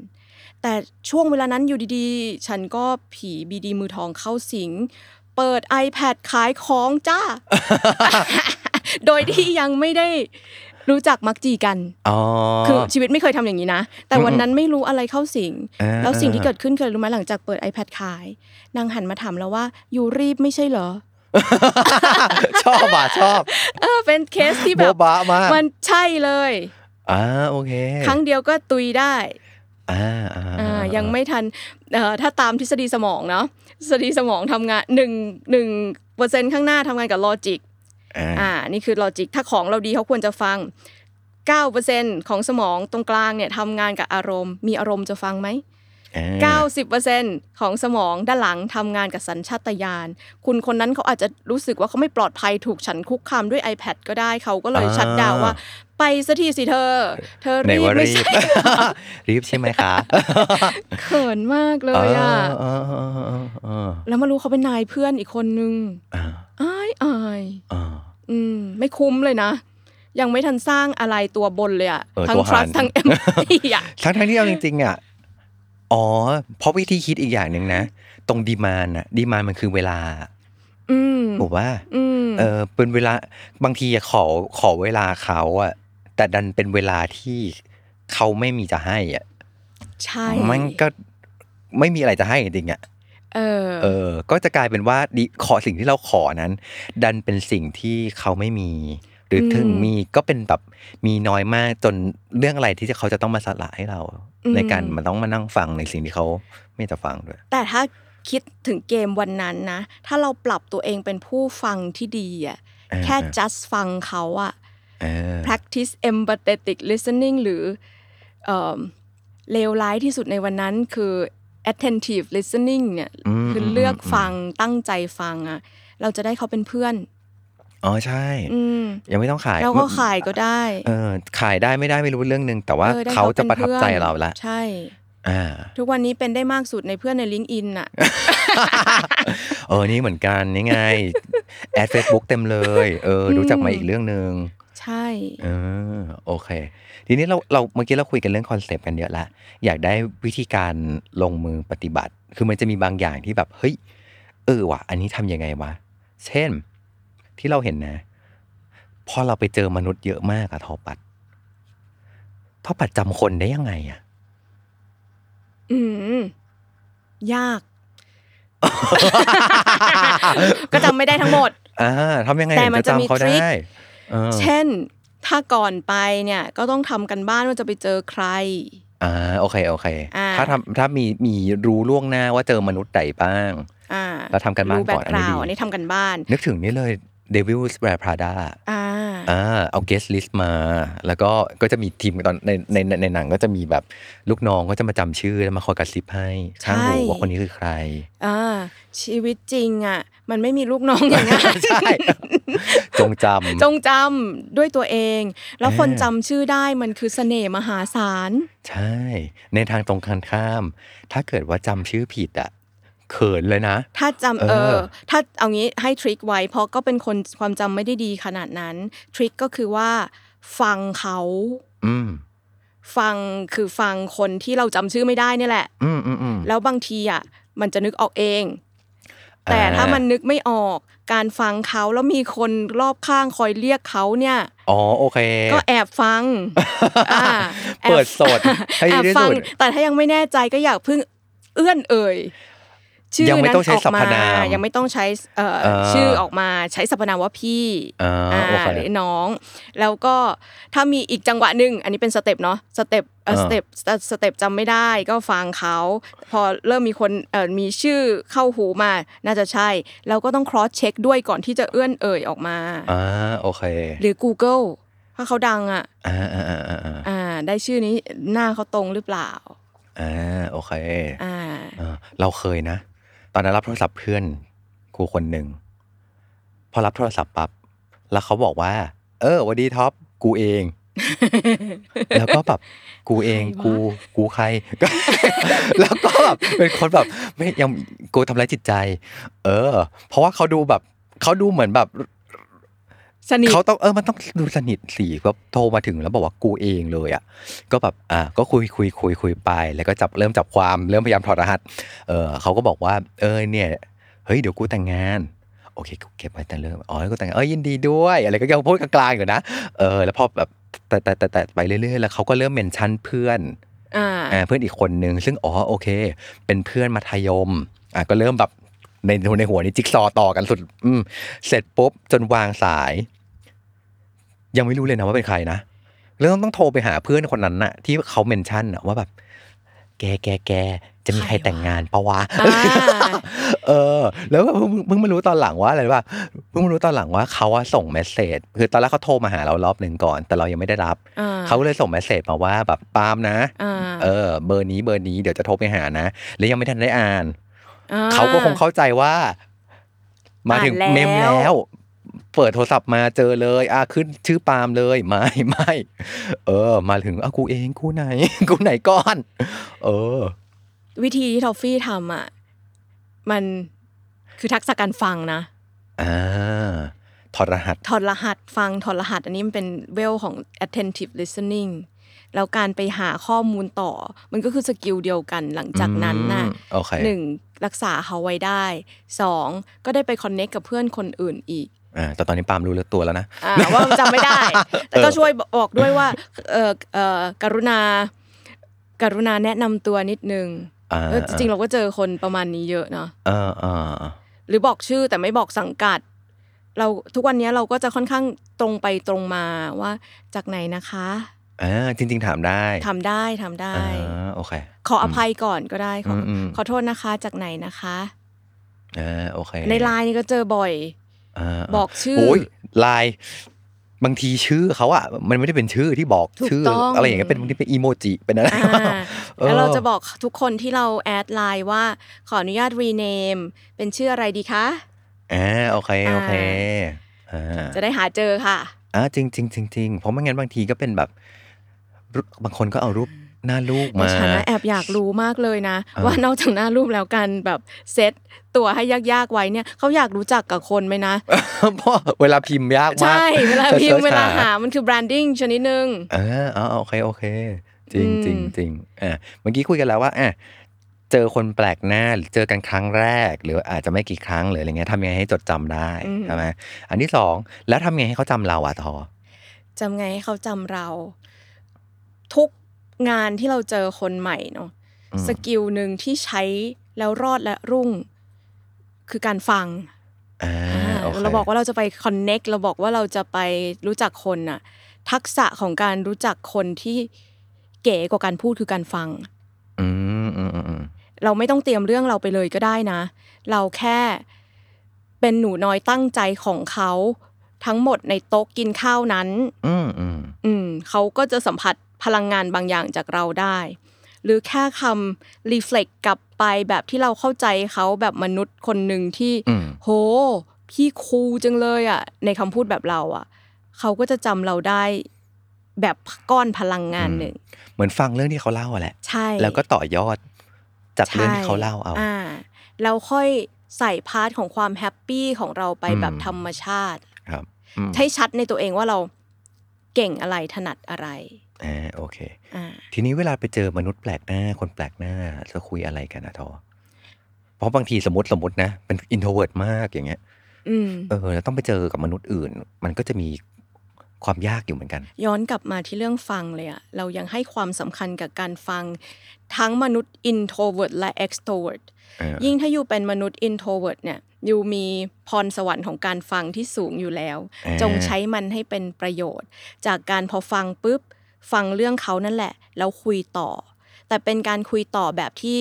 แต่ช่วงเวลานั้นอยู่ดีๆ ฉันก็ผีบีดีมือทองเข้าสิง เปิด iPad ขายของจ้า [laughs] โดยที่ยังไม่ได้รู้จักมักจีกัน
อ๋อ
คือชีวิตไม่เคยทำอย่างนี้นะ แต่วันนั้นไม่รู้อะไรเข้าสิง
อ่ [laughs] า
แล้วสิ่งที่เกิดขึ้นคืออะไรรู้ไหมหลังจากเปิด iPad ขาย นางหันมาถามเราว่าอยู่รีบไม่ใช่เหรอ
ช
[laughs]
อบอ่ะชอบ
เออเป็นเคสที่
โบ
แบบ
บะมาก
มันใช่เลย
อ่าโอเค
ครั้งเดียวก็ตุยได้
อ่าอ่า
อ่ายังไม่ทันเอ่อถ้าตามทฤษฎีสมองเนาะทฤษฎีสมองทำงานหนึ่งหนึ่งเปอร์เซ็นข้างหน้าทำงานกับลอจิก
อ่า
อ่านี่คือลอจิกถ้าของเราดีเขาควรจะฟัง 9%ของสมองตรงกลางเนี่ยทำงานกับอารมณ์ มีอารมณ์จะฟังไหม
อ่
90%ของสมองด้านหลังทำงานกับสัญชาตญาณคุณคนนั้นเขาอาจจะรู้สึกว่าเขาไม่ปลอดภัยถูกฉันคุกคามด้วย iPad ก็ได้เขาก็เลยชัดดาวน์ว่า ไปซะทีสิเธอ เธอ
ไหน
รีบ
ว่า
ไม่
รีบ
ใช่
[laughs] รีบใช่ไหมคะ
เขินมากเลยอ่ะ
เออเออเออเออ
แล้วมารู้เขาเป็นนายเพื่อนอีกคนนึง
อ่า
อายอาย
อ่า
อืม ไม่คุ้มเลยนะ ยังไม่ทันสร้างอะไรตัวบนเลยอ่ะ
เออ
ทั้ง
ตัวหาร
trust ทั้ง empathy
[laughs]
อ่ะ
ทั้งทั้งๆที่เอาจริงๆอ่ะอ๋อเพราะวิธีคิดอีกอย่างหนึ่งนะ ตรงดีมานอ่ะดีมานมันคือเวลา
อืม
ถูกว่า
อืม
เออเป็นเวลาบางทีอะขอขอเวลาเขาอะแต่ดันเป็นเวลาที่เขาไม่มีจะให้อะ
ใช่
มันก็ไม่มีอะไรจะให้จริงๆอะ
เออ
เออ ก็จะกลายเป็นว่าดิขอสิ่งที่เราขอนั้น ดันเป็นสิ่งที่เขาไม่มี หรืออ
ม
ถึงมีก็เป็นแบบมีน้อยมากจนเรื่องอะไรที่เขาจะต้องมาสละให้เรา
อืม
ในการมันต้องมานั่งฟังในสิ่งที่เขาไม่จะฟังด้วย
แต่ถ้าคิดถึงเกมวันนั้นนะ ถ้าเราปรับตัวเองเป็นผู้ฟังที่ดีอ่ะ
อ่า
แค่
อ่า
just ฟังเขาอ่ะ
เออ
practice empathetic listening หรือเอิ่มเลวร้ายที่สุดในวันนั้นคือ attentive listening เนี่ย
อืม
คือ
ม
เลือก
ม
ฟังตั้งใจฟังอ่ะเราจะได้เขาเป็นเพื่อน
อ๋อใช่
อืม
ยังไม่ต้องขาย
เราก็ขายก็ได้
เออขายได้ไม่ได้ไม่รู้เรื่องหนึ่งแต่ว่า
ออได้
เขาจะประทับใจ
ป็นพื่อน
เราละ
ใช่
อ่า [laughs]
ทุกวันนี้เป็นได้มากสุดในเพื่อนในลิงก์อินอ่ะ
เออนี่เหมือนกันนี่ไง แอดเฟซบุ๊กเต็มเลย เออ รู้จักมาอีกเรื่องหนึ่ง
ใช่
เออโอเค ทีนี้เราเราเมื่อกี้เราคุยกันเรื่องคอนเซปต์กันเยอะละอยากได้วิธีการลงมือปฏิบัติ คือมันจะมีบางอย่างที่แบบ เฮ้ย เออว่ะ อันนี้ทำยังไงวะ เช่น ที่เราเห็นนะ พอเราไปเจอมนุษย์เยอะมากอะทอปัดทอปัดจำคนได้ยังไง
[laughs]
อะ
อืม ยาก ก็จำไม่ได้ทั้งหมด
อ่าทำยังไง
แต่
ถึง
มัน
จะ
จะมี
จำเขา
ทริค
ได้เออ
เช่น ถ้าก่อนไปเนี่ย ก็ต้องทำกันบ้านว่าจะไปเจอใคร
อ่าโอเคโอเค
อ่า
ถ้าทำถ้ามีมีรู้ล่วงหน้าว่าเจอมนุษย์ใดบ้าง
อ่า
แล้วทำกันบ้านก่อนอันนี้
รู้ background
ดี
อันนี้ทำกันบ้าน
นึกถึงนี่เลย Devil's Wear Prada
อ่า
อ่าเอา guest list มา แล้วก็ก็จะมีทีมตอนในในในในหนังก็จะมีแบบลูกน้องก็จะมาจำชื่อแล้วมาคอยกระซิบให้ข้างหู
ใช่
ว่าคนนี้คือใคร
อ่าชีวิตจริงอ่ะ มันไม่มีลูกน้องอย่างนั้น
ใช่ จงจำ
จงจำด้วยตัวเอง แล้วคน
เออ
จำชื่อได้มันคือเสน่ห์มหาศาล
ใช่ ในทางตรงกันข้าม ถ้าเกิดว่าจำชื่อผิดอะเขินเลยนะ
ถ้าจำเอ
เอ
อ
อ
ถ้าเอางี้ให้ทริคไว้เพราะก็เป็นคนความจำไม่ได้ดีขนาดนั้น ทริคก็คือว่า ฟังเขา
อืม
ฟังคือฟังคนที่เราจำชื่อไม่ได้เนี่ยแหละ
อืมอืมอืม
แล้วบางทีอ่ะมันจะนึกออกเอง แต่ถ้ามันนึกไม่ออก การฟังเขาแล้วมีคนรอบข้างคอยเรียกเขาเนี่ย
อ๋อโอเค
ก็แอบฟังอ่าแอบ
เปิดโสดให้
แอบ
ดีที่
ฟัง
สุด
แต่ถ้ายังไม่แน่ใจก็อยากพึ่งเอื้อนเอ่ยชื่อ
ยังไม่
นั้น
ต้องใช้
ออก
สรรพนาม
ยังไม่ต้องใช้เอ่อ
เออ
ชื่อออกมาใช้สรรพนามว่าพี่
อ่า
อ่า
โอเค
หรือน้อง แล้วก็ถ้ามีอีกจังหวะหนึ่งอันนี้เป็นสเต็ปเนาะสเต็ปเอ่อ
เออ
สเต็ปสเต็ปจำไม่ได้ก็ฟังเขา พอเริ่มมีคนเอ่อมีชื่อเข้าหูมาน่าจะใช่แล้วก็ต้อง cross check ด้วยก่อนที่จะเอื้อนเอ่ยออกมา
อ่าโอเค
หรือ Google ถ้าเขาดังอ่ะ
อ่าอ่าอ่าอ่าอ่า
อ่าได้ชื่อนี้หน้าเขาตรงหรือเปล่า
อ่าโอเค
อ่า
อ่าเราเคยนะ ตอนนั้นรับโทรศัพท์เพื่อนครูคนหนึ่งพอรับโทรศัพท์ปั๊บแล้วเขาบอกว่า เออหวันดีท็อปกูเอง [laughs] แล้วก็แบบกูเอง
ใครวะ
กูกูใคร [laughs] แล้วก็แบบเป็นคนแบบไม่ยังกูทำร้ายจิตใจ เออ เพราะว่าเขาดูแบบเขาดูเหมือนแบบ
สนิท
เขาต้องเออมันต้องดูสนิทสีก็โทรมาถึงแล้วบอกว่ากูเองเลยอ่ะก็แบบอ่าก็คุยคุยคุยคุยไป แล้วก็จับเริ่มจับความเริ่มพยายามถอดรหัสเออเขาก็บอกว่า เออเนี่ยเฮ้ยเดี๋ยวกูแต่งงาน โอเคกูเก็บไว้แต่เริ่มอ๋อกูแต่งงานเออยินดีด้วย อะไรก็ยังพูดกลางๆอยู่นะเออแล้วพอแบบแต่แต่แต่แต่ไปเรื่อยๆแล้วเขาก็เริ่มเมนชั่นเพื่อน [laughs]
อ่า
อ่าเพื่อนอีกคนนึงซึ่งอ๋อโอเค เป็นเพื่อนมัธยมอ่ะก็เริ่มแบบในในหัวนี่จิ๊กซอว์ต่อกันสุดอืมเสร็จปุ๊บจนวางสาย ยังไม่รู้เลยนะว่าเป็นใครนะเริ่มต้องโทรไปหาเพื่อนคนนั้นน่ะ ที่เขาเมนชั่นน่ะว่าแบบ แกแกแกจะมีใคร
ใครวะ
แต่งงานปะวะ
อ่า [laughs]
เออ แล้วแบบมึงมึงมารู้ตอนหลังว่าอะไรว่ามึงมารู้ตอนหลังว่าเขาอะส่งเมสเซจคือตอนแรกเขาโทรมาหาเรารอบหนึ่งก่อน แต่เรายังไม่ได้รับ
อ่า
เขาก็เลยส่งเมสเซจมาว่าแบบปาล์มนะ
อ่า
เออ เบอร์นี้เบอร์นี้เดี๋ยวจะโทรไปหานะ แล้วยังไม่ทันได้อ่าน
อ่
เขาก็คงเข้าใจว่า มาถึง
อ่านแล้ว
เมมแล้ว เปิดโทรศัพท์มาเจอเลย อ่ะขึ้นชื่อปาล์มเลยไม่ [laughs] ไม่เออ มาถึงอ่ะกูเองกูไหน [laughs] กูไหนก่อน เออ
วิธีที่ทอฟฟี่ทำอ่ะ มันคือทักษะการฟังนะ
อ่าถอดรหัส
ถอดรหัสฟังถอดรหัส อันนี้มันเป็นเวลของ attentive listening แล้วการไปหาข้อมูลต่อ มันก็คือสกิลเดียวกันหลังจากนั้นน่ะ
อืมโอเค
หนึ่งรักษาเขาไว้ได้สองก็ได้ไปคอนเน็กกับเพื่อนคนอื่นอีก
อ่าแต่ตอนนี้ปาล์มรู้เลือกตัวแล้วนะ
อ่าว่าจำไม่
[laughs]
ได้ แต่ก็ช่วยบอกด้วยว่า เออเออกรุณา กรุณาแนะนำตัวนิดนึง
อ่า
เออจริงๆเราก็เจอคนประมาณนี้เยอะเนาะ
เออเออเออ
หรือบอกชื่อแต่ไม่บอกสังกัด เราทุกวันนี้เราก็จะค่อนข้างตรงไปตรงมาว่าจากไหนนะคะ
อ่าจริง ๆ ถามได้
ทำได้ทำได้
อ่าโอเค
ขออภัยก่อนก็ได้ขออ
มอืม
ขอโทษนะคะ จากไหนนะคะ
อ่าโอเค
ในไลน์นี่ก็เจอบ่อย
าา
บอกชื่อ
โอ้ยไลน์บางทีชื่อเขาอ่ะมันไม่ได้เป็นชื่อที่บอก
ถูก
ชื่อ
ต้อง
อะไรอย่างเงี้ยเป็นบางทีเป็นอีโมจิเป็นอะไร
อ่า
เออ
แล้วเราจะบอกทุกคนที่เราแอดไลน์ว่าขออนุญาตรีเนมเป็นชื่ออะไรดีคะ
อ่าโอเคโอเคอ่า
จะได้หาเจอค่ะ
อ่าจริงจริงจริงจริงเพราะไม่งั้นบางทีก็เป็นแบบรูปบางคนก็เอารูปหน้าลูก
แต่
มา
ฉันน่ะแอบอยากรู้มากเลยนะ
อ่า
ว่านอกจากหน้ารูปแล้วกันแบบเซตตัวให้ยากๆไว้เนี่ยเขาอยากรู้จักกับคนไหมนะ
เพราะเวลาพิมพ์ยากมาก
ใช่เวลา
จะ
พิมพ์เว
สิร์ช
ลาหามันคือแบรนดิ้งชนิดหนึง
อ่าอ๋อโอเค โอเค จริง
อืม
จริงจริงอ่าเมื่อกี้คุยกันแล้วว่าอ่ะเจอคนแปลกหน้าหรือเจอกันครั้งแรก หรืออาจจะไม่กี่ครั้งหรืออะไรเงี้ยทำยังไงให้จดจำได้ใช่ไหมอันที่สองแล้วทำยังไงให้เขาจำเราอ่ะทอ
จำไงให้เขาจำเรา ทุกงานที่เราเจอคนใหม่เนาะ
อืม
สกิลหนึ่งที่ใช้แล้วรอดและรุ่ง คือการฟัง
อ่าโอค
เราบอกว่าเราจะไปคอนเน็กเราบอกว่าเราจะไปรู้จักคนน่ะ ทักษะของการรู้จักคนที่เก๋กว่าการพูดคือการฟัง
อืมอืมอืมอืม
เราไม่ต้องเตรียมเรื่องเราไปเลยก็ได้นะ เราแค่ เป็นหนูน้อยตั้งใจของเขาทั้งหมดในโต๊ะกินข้าวนั้น
อืมอืม
อืมเขาก็จะสัมผัสพลังงานบางอย่างจากเราได้ หรือแค่คำ reflect กลับไปแบบที่เราเข้าใจเขาแบบมนุษย์คนหนึ่งที่
อืม
โห พี่คูลจังเลยอ่ะ ในคำพูดแบบเราอ่ะ เขาก็จะจำเราได้แบบก้อนพลังงานหนึ่ง
เหมือนฟังเรื่องที่เขาเล่าอะแหละ
ใช่
แล้วก็ต่อยอดจากเรื่องที่เขาเล่าเอา
ใช่เราค่อยใส่พาร์ทของความแฮปปี้ของเราไป
อืม
แบบธรรมชาติ
ครับอืม
ให้ชัดในตัวเองว่าเราเก่งอะไรถนัดอะไร
อ่าโอเค
อ่า
ทีนี้เวลาไปเจอมนุษย์แปลกหน้า คนแปลกหน้าจะคุยอะไรกันอะทอ เพราะบางทีสมมติสมมตินะ เป็นอินโทรเวิร์มากอย่างเงี้ย
อืม
เออแล้วต้องไปเจอกับมนุษย์อื่น มันก็จะมีความยากอยู่เหมือนกัน
ย้อนกลับมาที่เรื่องฟังเลยอะเรายังให้ความสำคัญกับการฟัง ทั้งมนุษย์ introvert และ extrovert
เออ
ยิ่งถ้าอยู่เป็นมนุษย์ introvert เนี่ยยูมีพรสวรรค์ของการฟังที่สูงอยู่แล้ว
เอ่อ
จงใช้มันให้เป็นประโยชน์ จากการพอฟังปุ๊บ ฟังเรื่องเขานั่นแหละ แล้วคุยต่อ แต่เป็นการคุยต่อแบบที่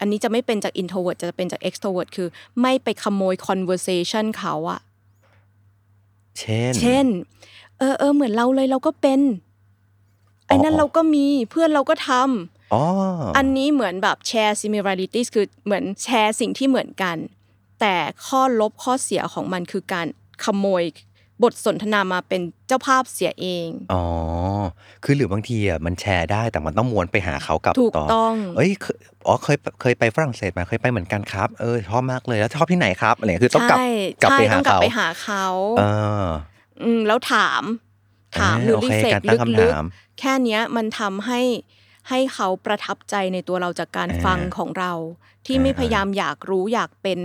อันนี้จะไม่เป็นจาก introvert จะเป็นจาก extrovert คือไม่ไปขโมย conversation เขาอะ
เช่น
เช่น เออเออเหมือนเราเลยเราก็เป็น ไอ้นั่น
อ๋อ
เราก็มีเพื่อนเราก็ทำ
อ๋อ
อั
อั
นนี้เหมือนแบบแชร์ similarities คือเหมือนแชร์สิ่งที่เหมือนกัน แต่ข้อลบข้อเสียของมันคือการขโมยบทสนทนามาเป็นเจ้าภาพเสียเอง
อ๋อ คือหรือบางทีอ่ะมันแชร์ได้แต่มันต้องม้วนไปหาเขากลับ
ถูก
ต่อ
ต้อง
เอ้ยเคยอ๋อเคยเคยไปฝรั่งเศสมาเคยไปเหมือนกันครับ เออชอบมากเลยแล้วชอบที่ไหนครับอะไรเงี้ยคือต้องกลับ
ใช่
กลับไป
ใช่
หา
ต้องกลับ
เขา
ไปหาเขา
เออ
อืมแล้วถาม ถามหรือ
โอ
รี
เค
เฟก
การตั้งคำ
ลึก
ถาม
ๆ แค่เนี้ยมันทำให้ให้เขาประทับใจในตัวเราจากการ
อ่า
ฟังของเรา ที่
อ่า
ไม่พยายามอยากรู้อยากเป็น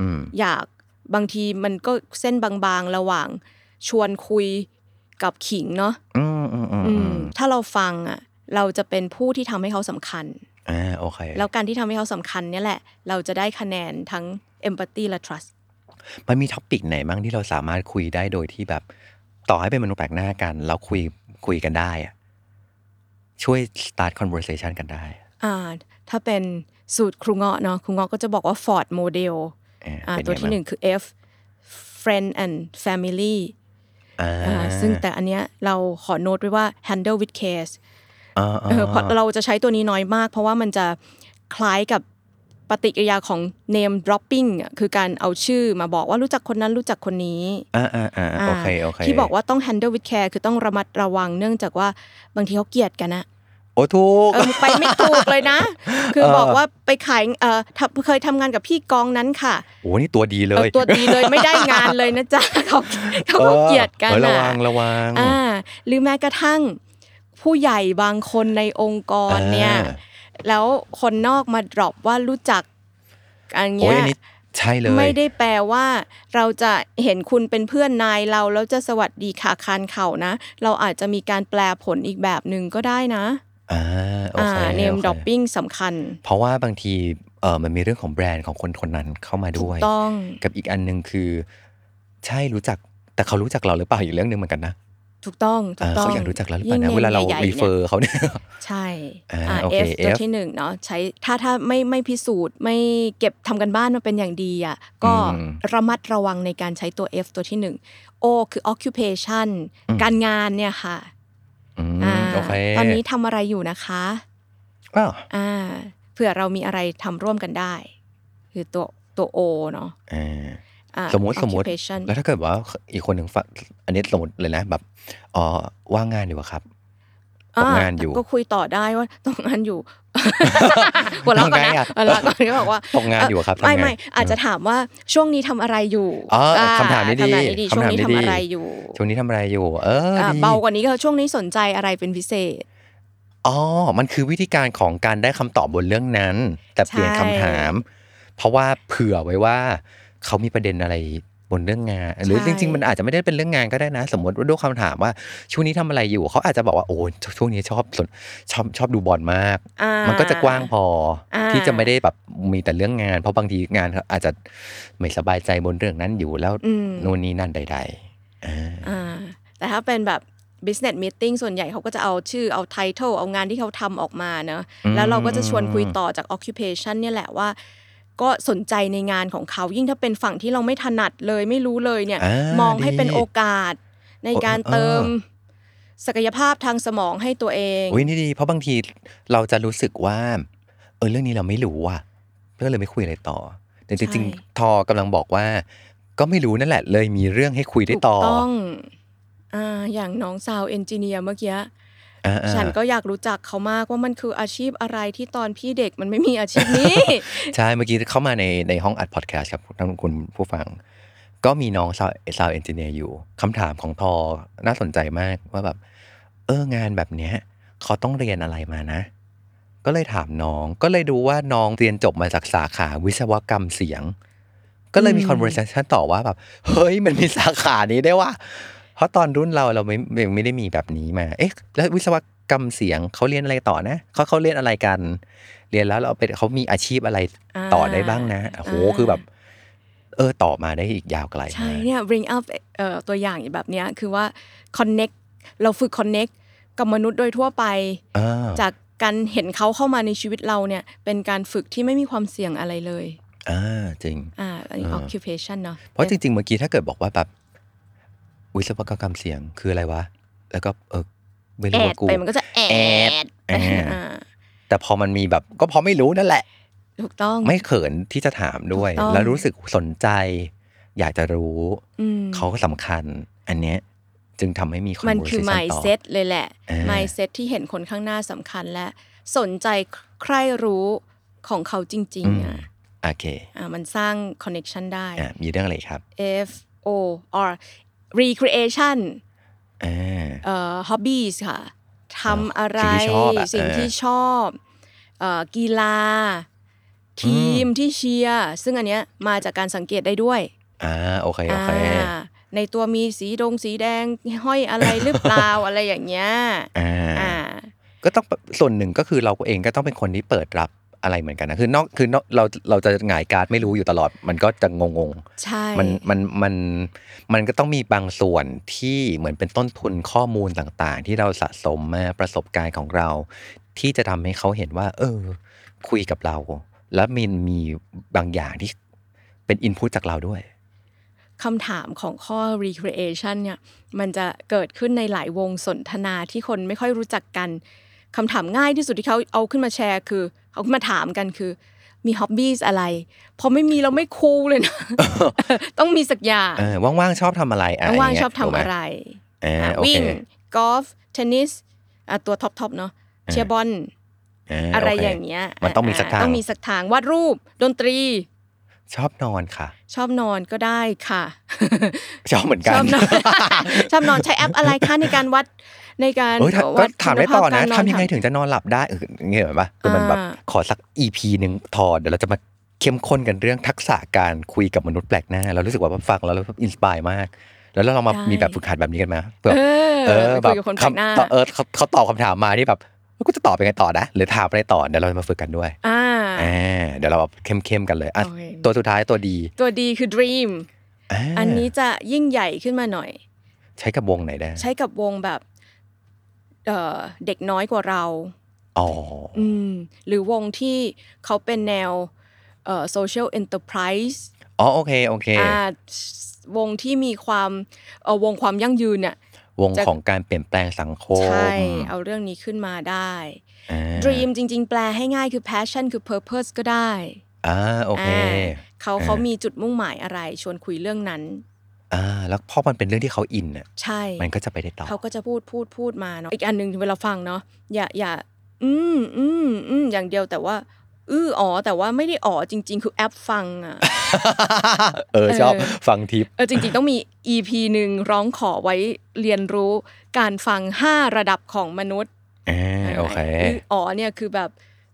อืม
อยากบางทีมันก็เส้นบางๆระหว่างชวนคุยกับขิงเนาะ
อืมอืมอืม
อื
อื
ม
ม
ถ้าเราฟังอ่ะเราจะเป็นผู้ที่ทำให้เขาสำคัญ
อ่าโอเค
แล้วการที่ทำให้เขาสำคัญเนี่ยแหละ เราจะได้คะแนนทั้ง empathy และ trust
มันมีท็อปิกไหนบ้างที่เราสามารถคุยได้โดยที่แบบ ต่อให้เป็นมนุษย์แปลกหน้ากัน เราคุยคุยกันได้อะช่วย start conversation กันได้
อ่าถ้าเป็นสูตรครูเงาะเนาะครูเงาะก็จะบอกว่า Ford Model
อ่า
อ่า
เป็ไ
ตัวที่หนึ่ง
บ้า
คือ F friend and family
อ่า
อ่าซึ่งแต่อันเนี้ยเราขอโน้ตไว้ว่า handle with care
อ่า
เออเพราะเราจะใช้ตัวนี้น้อยมาก เพราะว่ามันจะคล้ายกับปฏิกิริยาของ name dropping อ่ะคือการเอาชื่อมาบอกว่ารู้จักคนนั้นรู้จักคนนี้
อ่าอ่าอ่า
า
โอเคโอเค
ที่บอกว่าต้อง handle with care คือต้องระมัดระวังเนื่องจากว่าบางทีเขาเกลียดกันนะ
โอ้ถูก
เออไปไม่ถูก
[laughs]
เลยนะ คือ
เออ
บอกว่าไปขายเออทำเคยทำงานกับพี่กองนั้นค่ะ
โอ้นี่ตัวดีเลย
เออตัวดีเลยไม่ได้งานเลยนะ [laughs] จ๊ะ เขาเขาก็เกลียดกัน
ออ
อ
ระวังระวัง
อ่าหรือแม้กระทั่ง ผู้ใหญ่บางคนในองค์กรเนี่ย
อ่า
แล้วคนนอกมาดรอปว่ารู้จักอัน
โอ้ย
เงี้ย
อันนี้ใช่เลย
ไม่ได้แปลว่า เราจะเห็นคุณเป็นเพื่อนนายเราแล้วจะสวัสดีค่ะคานเข่านะ เราอาจจะมีการแปลผลอีกแบบหนึ่งก็ได้นะ
อ่าโอ
อ่า
เค
เนม
โค
ดรอปปิ้งสำคัญ
เพราะว่าบางทีเออมันมีเรื่องของแบรนด์ของคนคนนั้นเข้ามา
ถู
ด้
ก
วย
ต้อง
กับอีกอันหนึ่งคือ ใช่รู้จักแต่เขารู้จักเราหรือเปล่าอีกเรื่องหนึ่งเหมือนกันนะ
ถูกต้องถู
เอก อ
ต้อง
เขาอยากรู้จักเราหรือเป
ยิ่
ล่างนะ
นม
เวลาเรา
ใหญ่ๆ
รี
นี่ย
เฟอร์เขาเนี่ย
ใช่
อ่า
อ่า
โอเค
F ตัว
F
ที่หนึ่งเนาะใช้ถ้าถ้าไม่ไม่พิสูจน์ไม่เก็บทำกันบ้านมาเป็นอย่างดีอ่ะก็
อืม
ระมัดระวังในการใช้ตัว F ตัวที่หนึ่ง O คือ occupation
อืม
การงานเนี่ยค่ะ
อืม
อ่า
โอเค
ตอนนี้ทำอะไรอยู่นะคะ
อ้าว
อ่าเผื่อเรามีอะไรทำร่วมกันได้ คือตัวตัว O เนาะ
อ่า
อ่า
สมมติสมมติ
occupation
แล้วถ้าเกิดว่าอีกคนหนึ่งฟังอันนี้สมมติเลยนะแบบอ๋อว่างงานอยู่ครับตกงานอยู่
ก็คุยต่อได้ว่าตกงานอยู่ หัวเราะก่อน
ทำไง
นะ
อะ
หัวเราะก่อนก็บอกว่า
ตกงานอยู่ครับ
ไม่
ทำไง
ไม่อาจจะถามว่าช่วงนี้ทำอะไรอยู่
อ๋ออ่
า
คำถามนี้ดี
คำถามนี้ดี
คำถาม
ช่วงนี้
นี้
ทำ
ดี
อะไรอยู่
ช่วงนี้ทำอะไรอยู่ เออ
อ่า
ดี
เบากว่านี้ก็ช่วงนี้สนใจอะไรเป็นพิเศษ
อ๋อมันคือวิธีการของการได้คำตอบบนเรื่องนั้น แต่เปลี่ยน
ใช่
คำถาม เพราะว่าเผื่อไว้ว่า เขามีประเด็นอะไรบนเรื่องงาน หรือจริง ๆ มันอาจจะไม่ได้เป็นเรื่องงานก็ได้นะ สมมติว่าด้วยคำถามว่าช่วงนี้ทำอะไรอยู่เขาอาจจะบอกว่าโอ้ช่วงนี้ชอบสนชอบชอบดูบอลมาก
อ่า
มันก็จะกว้างพออา ที่จะไม่ได้แบบมีแต่เรื่องงาน เพราะบางทีงานเขาอาจจะไม่สบายใจบนเรื่องนั้นอยู่แล้ว
อืม
นู่นนี่นั่นใดๆอ่า
อ่าแต่ถ้าเป็นแบบ business meeting ส่วนใหญ่เขาก็จะเอาชื่อเอา title เอางานที่เขาทำออกมาเนอะแล้วเราก็จะชวนคุยต่อจาก occupation เนี่ยแหละว่า ก็สนใจในงานของเขา ยิ่งถ้าเป็นฝั่งที่เราไม่ถนัดเลยไม่รู้เลยเนี่ย
อ่าม
องให้เป็น
ดี
โอกาส ในการ
โอ้เออ
เติมศักยภาพทางสมองให้ตัวเอง
อุ้ยนี่ดี เพราะบางทีเราจะรู้สึกว่า เออเรื่องนี้เราไม่รู้ว่ะก็เลยไม่คุยอะไรต่อ แต่จ
ใช่
ริงๆทอกำลังบอกว่า ก็ไม่รู้นั่นแหละ เลยมีเรื่องให้คุยได้
ถูก
ต่อ
ต้องอ่าอย่างน้องสาวเอนจิเนียร์เมื่อกี้
อ่าๆ
ฉันก็อยากรู้จักเขามากว่ามันคืออาชีพอะไรที่ตอนพี่เด็กมันไม่มีอาชีพนี้
ใช่ เมื่อกี้เข้ามาในในห้องอัดพอดแคสต์ครับท่านคุณผู้ฟัง ก็มีน้องซาวซาวเอนจิเนียร์อยู่คำถามของทอน่าสนใจมากว่าแบบ เอองานแบบเนี้ยเขาต้องเรียนอะไรมานะ ก็เลยถามน้องก็เลยดูว่าน้องเรียนจบมาจากสาขาวิศวกรรมเสียง ก็เลยมี
อืม
conversation ต่อว่าแบบ เฮ้ยมันมีสาขานี้ได้วยว่าเพราะตอนรุ่นเราเราไม่ยังไม่ได้มีแบบนี้มา เอ๊ะ แล้ววิศวกรรมเสียงเขาเรียนอะไรต่อนะเขาเขาเรียนอะไรกัน เรียนแล้วเราไปเขามีอาชีพอะไร [laughs] ต่อได้บ้างนะ
อ่า
โอ้โหคือแบบ เออต่อมาได้อีกยาวไกล
ใช่
มาก
เนี่ย bring up เอ่อตัวอย่างแบบเนี้ยคือว่า connect เราฝึก connect กับมนุษย์โดยทั่วไป
อ่
จากการเห็นเขาเข้ามาในชีวิตเราเนี่ยเป็นการฝึกที่ไม่มีความเสี่ยงอะไรเลย
อ่าจริง
อ่าอันนี้
อ่า
occupation เนาะ
เพราะจริง ๆ เมื่อกี้ถ้าเกิดบอกว่าแบบวิศวกรรมเสียงคืออะไรวะ แล้วก็เออไม่
แอ
รู้
ด
ว่ากู
ไปมันก็จะแอด
แอด
อ่า
แต่พอมันมีแบบ ก็เพอไม่รู้นั่นแหละ
ถูกต้อง
ไม่เขินที่จะถามด้วย
ถูกต้อง
แล้วรู้สึกสนใจ อยากจะรู้
อืม
เขาก็สำคัญ อันเนี้ยจึงทำให้มี
มันคือ
conversation ต่อ
mindset เลยแหละ
อ่า
mindset ที่เห็นคนข้างหน้าสำคัญและ สนใจใครรู้ของเขาจริ
อื
ง
ม
ๆอ่ะ
โอเค
อ่ะมันสร้าง connection ได้
อ่ะมีเรื่องอะไรอีกครับ
F O R recreation
อ่า
เอ่อ hobbies ค่ะทำอะไร
สิ่งที่ชอบอะ
สิ่งที่ชอบเอ่อกีฬา ทีมที่เชียร์ซึ่งอันเนี้ยมาจากการสังเกตได้ด้วย
อ่าโอเคโอเค
อ่าในตัวมีสีดงสีแดงห้อยอะไรหรือเปล่า [laughs] อะไรอย่างเงี้ย
อ่
อ่า
า ก็ต้องส่วนหนึ่งก็คือเราเองก็ต้องเป็นคนที่เปิดรับอะไรเหมือนกันนะคือนอกคือนอกเราเราจะหงายการดไม่รู้อยู่ตลอด มันก็จะงงง
ใช่
ๆมันมันมันมันก็ต้องมีบางส่วนที่เหมือนเป็นต้นทุนข้อมูลต่างๆ ที่เราสะสมมาประสบการณ์ของเรา ที่จะทำให้เขาเห็นว่า เออ คุยกับเรา แล้วมีมีบางอย่างที่เป็นอินพุตจากเราด้วย
คำถามของข้อ recreation เนี่ย มันจะเกิดขึ้นในหลายวงสนทนาที่คนไม่ค่อยรู้จักกันคำถามง่ายที่สุดที่เขาเอาขึ้นมาแชร์คือเอาขึ้นมาถามกันคือมีฮ็อบบี้อะไร พอไม่มีเราไม่คูล
[laughs]
เลยนะ ต้องมีสักอย่าง
เออว่างๆชอบทำอะไรอ่ะ
ว่าง
ย่
ๆ
เย
ชอบทำ
ถูกหม
อะไร
อ่า
อ่ะ
โอเค
วิ่งกอล์ฟเทนนิสอ่ะตัวท็อปๆเนาะเชียร์บอล
า
อะไร
โค
อย่างเงี้ย
มันต้องมีสักทาง
ต้องมีสักทางวาดรูปดนตรี
ชอบนอนค่ะ
ชอบนอนก็ได้ค่ะ
ชอบเหมือนกั
ช
น
อบนอน
[laughs]
ชอบนอนใช้แอปอะไรคะในการวัดในการ
เออถ้า
วั
ก็ถามได้ต่อนะ
คุณภาพการอ
ทำยังไงถึงจะนอนหลับได้เออเงี้ยเหรอปะคือมันแบบ
อ่า
ขอสักอีพีหนึ่งทอเดี๋ยวเราจะมาเข้มข้นกันเรื่องทักษะการคุยกับมนุษย์แปลกหน้า เรารู้สึกว่าฟังแล้วเราอินสปายมาก แล้วเราลองมามีแบบฝึกหัดแบบนี้กันไหมเผื่อ
เออ
เออ
ไป
แบ
คุ
บ
ยกับคนแปลกหน้า
คำตอบเออเขาเขาตอบคำถามมานี่แบบกูจะตอบยังไงต่อนะหรือถามอะไรต่อเดี๋ยวเรามาฝึกกันด้วย
อ่า
อ่าเดี๋ยวเราแบบเข้มๆกันเลยอ่ะ
โอเค
ตัวสุดท้ายตัวดี
ตัวดีคือ dream
า
อันนี้จะยิ่งใหญ่ขึ้นมาหน่อย
ใช้กับวงไหนได้
ใช้กับวงแบบเอ่อเด็กน้อยกว่าเรา
อ๋อ
อืมหรือวงที่เขาเป็นแนวเอ่อ social enterprise
อ๋อโอเคโอเค
อ่าวงที่มีความเอ่อวงความยั่งยืนน่ะ
วง
จะ
ของการเปลี่ยนแปลงสังคม
ใช่ เอาเรื่องนี้ขึ้นมาได้
อ่า
dream จริง ๆ แปลให้ง่ายคือ passion คือ purpose ก็ได้
อ่าโอเค
อ่าเขาเขา
อ่ามี
มีจุดมุ่งหมายอะไร ชวนคุยเรื่องนั้น
อ่าแล้วพอมันเป็นเรื่องที่เขาอินอ่ะ
ใช่
มันก็จะไปได้ต่อ
เขาก็จะพูดพูดพูดมาเนาะอีกอันหนึ่งเวลาฟังเนาะอย่าอย่า อืมอืมอืมอย่างเดียวแต่ว่า อื้ออ๋อแต่ว่าไม่ได้อ๋อจริง ๆ คือแอปฟังอ่ะ
[laughs]
[laughs]
เออชอบ
เออ
ฟังทิป
เออจริง ๆ ต้องมี EP หนึ่งร้องขอไว้เรียนรู้การฟัง 5 ระดับของมนุษย์
อ่าโอเค
ออ๋อเนี่ยคือแบบ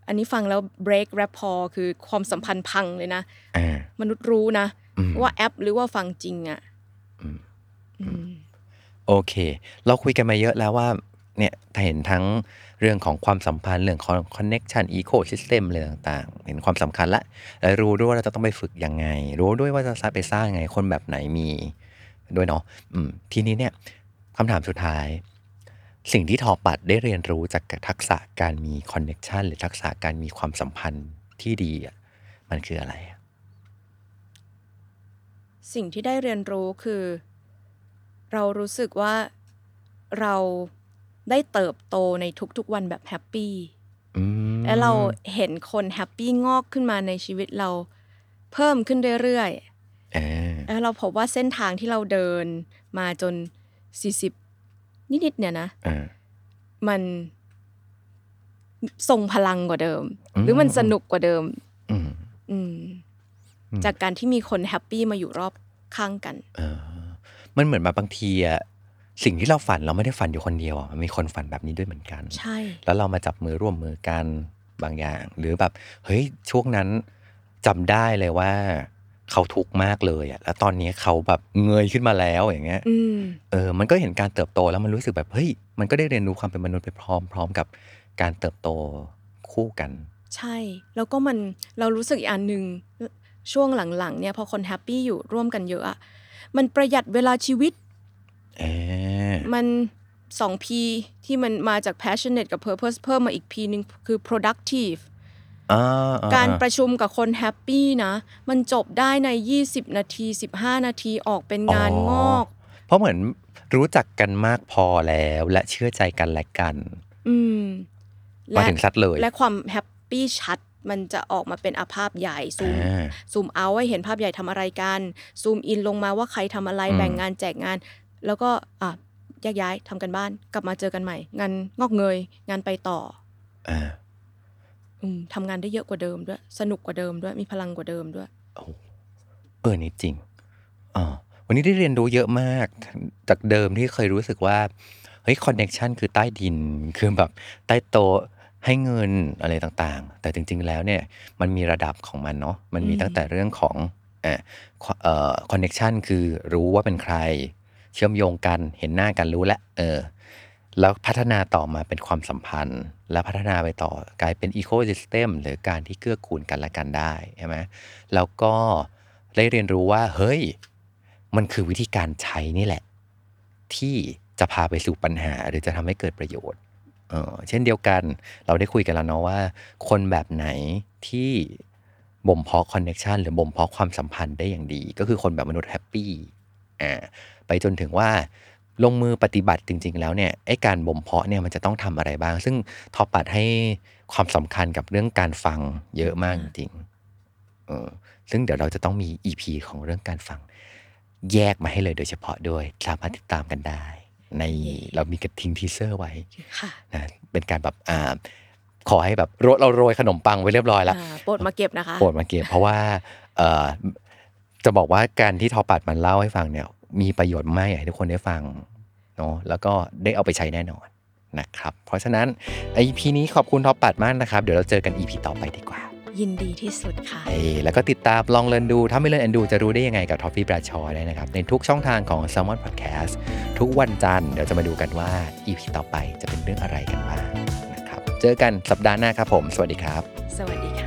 อันนี้ฟังแล้ว break rapport คือความสัมพันธ์พังเลยนะ
อ่าม
นุษย์รู้นะ
อืม
ว่าแอปหรือว่าฟังจริงอ่ะ
อืม
อืม
โอเค เราคุยกันมาเยอะแล้วว่าเนี่ยถ้าเห็นทั้งเรื่องของความสัมพันธ์ เรื่องของ connection ecosystem อะไรต่างๆ เห็นความสำคัญละและรู้ด้วยว่าเราจะต้องไปฝึกยังไง รู้ด้วยว่าจะสร้างไปสร้างยังไงคนแบบไหนมีด้วยเนาะอืมทีนี้เนี่ยคำถามสุดท้าย สิ่งที่ทอปัดได้เรียนรู้จากทักษะการมี connection หรือทักษะการมีความสัมพันธ์ที่ดีอะมันคืออะไรอะ
สิ่งที่ได้เรียนรู้คือ เรารู้สึกว่าเราได้เติบโตในทุกๆวันแบบแฮปปี้
อืม
และเราเห็นคนแฮปปี้งอกขึ้นมาในชีวิตเราเพิ่มขึ้นเรื่อยๆ
เออ
แล้วเราพบว่าเส้นทางที่เราเดินมาจน 40 นิดๆเนี่ยนะ
เออ
มันทรงพลังกว่าเดิม
อืม
หรือมันสนุกกว่าเดิม
อืม
อืม
อืม
จากการที่มีคนแฮปปี้มาอยู่รอบข้างกัน
เออมันเหมือนแบบบางทีอะสิ่งที่เราฝันเราไม่ได้ฝันอยู่คนเดียวอะมันมีคนฝันแบบนี้ด้วยเหมือนกัน
ใช่
แล้วเรามาจับมือร่วมมือกันบางอย่าง หรือแบบเฮ้ยช่วงนั้นจำได้เลยว่า เขาทุกข์มากเลยอะแล้วตอนนี้เขาแบบเงยขึ้นมาแล้วอย่างเงี้ย
อืม
เออมันก็เห็นการเติบโตแล้วมันรู้สึกแบบเฮ้ยมันก็ได้เรียนรู้ความเป็นมนุษย์ไปพร้อม ๆ กับการเติบโตคู่กัน
ใช่ แล้วก็มันเรารู้สึกอีกอันหนึ่งช่วงหลังๆ เนี่ยพอคนแฮปปี้อยู่ร่วมกันเยอะอะมันประหยัดเวลาชีวิต
เออ
มันสอง P ที่มันมาจาก passionate กับ purpose เพิ่มมาอีก P หนึ่งคือ productive
อ่ๆๆ
การประชุมกับคนแฮปปี้นะ มันจบได้ใน 20 นาที 15 นาทีออกเป็นงานงอก
เพราะเหมือนรู้จักกันมากพอแล้วและเชื่อใจกันและกัน
อืม
มาถึงซัดเลย
และความแฮปปี้ชัด มันจะออกมาเป็นอาภาพใหญ่ซูม
อ่า
ซูมเอาให้เห็นภาพใหญ่ทำอะไรกัน ซูมอินลงมาว่าใครทำอะไร
อืม
แบ่งงานแจกงาน แล้วก็อ่ะแยกย้ายทำกันบ้าน กลับมาเจอกันใหม่ งานงอกเงย งานไปต่อ
อ่า
อืมทำงานได้เยอะกว่าเดิมด้วย สนุกกว่าเดิมด้วย มีพลังกว่าเดิมด้วย
เออนี่จริงอ่าวันนี้ได้เรียนรู้เยอะมาก จากเดิมที่เคยรู้สึกว่า เฮ้ยคอนเน็ชันคือใต้ดิน คือแบบใต้โต๊ะให้เงินอะไรต่างๆ แต่จริง ๆ แล้วเนี่ย มันมีระดับของมันเนาะ มันมี
อืม
ตั้งแต่เรื่องของเอ่อคอนเน็ชันคือรู้ว่าเป็นใคร เชื่อมโยงกัน เห็นหน้ากันรู้และ เออ แล้วพัฒนาต่อมาเป็นความสัมพันธ์ และพัฒนาไปต่อกลายเป็นอีโค y ิสเต็มหรือการที่เกื้อกูลกันและกันได้ใช่ไหมแล้วก็ได้เรียนรู้ว่า เฮ้ย มันคือวิธีการใช้นี่แหละ ที่จะพาไปสู่ปัญหา หรือจะทำให้เกิดประโยชน์ เออเช่นเดียวกันเราได้คุยกันแล้วเนาะว่า คนแบบไหนที่บ่มเพาะคอนเน็ชันหรือบ่มเพาะความสัมพันธ์ได้อย่างดี ก็คือคนแบบมนุษย์แฮปปี้อ่าไปจนถึงว่า ลงมือปฏิบัติจริง ๆ แล้วเนี่ยไอ้การบ่มเพาะเนี่ยมันจะต้องทำอะไรบ้าง ซึ่งทอปัดให้ความสำคัญกับเรื่องการฟังเยอะมากจริงๆเออซึ่งเดี๋ยวเราจะต้องมี EP ของเรื่องการฟัง แยกมาให้เลยโดยเฉพาะด้วยสามารถติดตามกันได้ ในเรามีกระทิงทีเซอร์ไว้
ค่ะ
นะเป็นการแบบอ่าขอให้แบบโรยเราโรยขนมปังไว้เรียบร้อยแล้ว
อ่าโปรดมาเก็บนะคะ
โปรดมาเก็บเพราะว่าเอ่อจะบอกว่าการที่ทอปัดมันเล่าให้ฟังเนี่ย มีประโยชน์มากอยากให้ทุกคนได้ฟังเนาะแล้วก็ได้เอาไปใช้แน่นอนนะครับ เพราะฉะนั้น EP นี้ขอบคุณทอปัดมากนะครับ เดี๋ยวเราเจอกัน EP ต่อไปดีกว่า
ยินดีที่สุดค่ะ
เอ้ยแล้วก็ติดตามลองเรียนดู ถ้าไม่เรียนแอนดูจะรู้ได้ยังไงกับทอฟฟี่ปราชอได้นะครับ ในทุกช่องทางของ s ซ l m o n Podcast ทุกวันจันทร์เดี๋ยวจะมาดูกันว่า EP ต่อไปจะเป็นเรื่องอะไรกันบ้างนะครับ เจอกันสัปดาห์หน้าครับผม สวัสดีครับ
สวัสดีค่ะ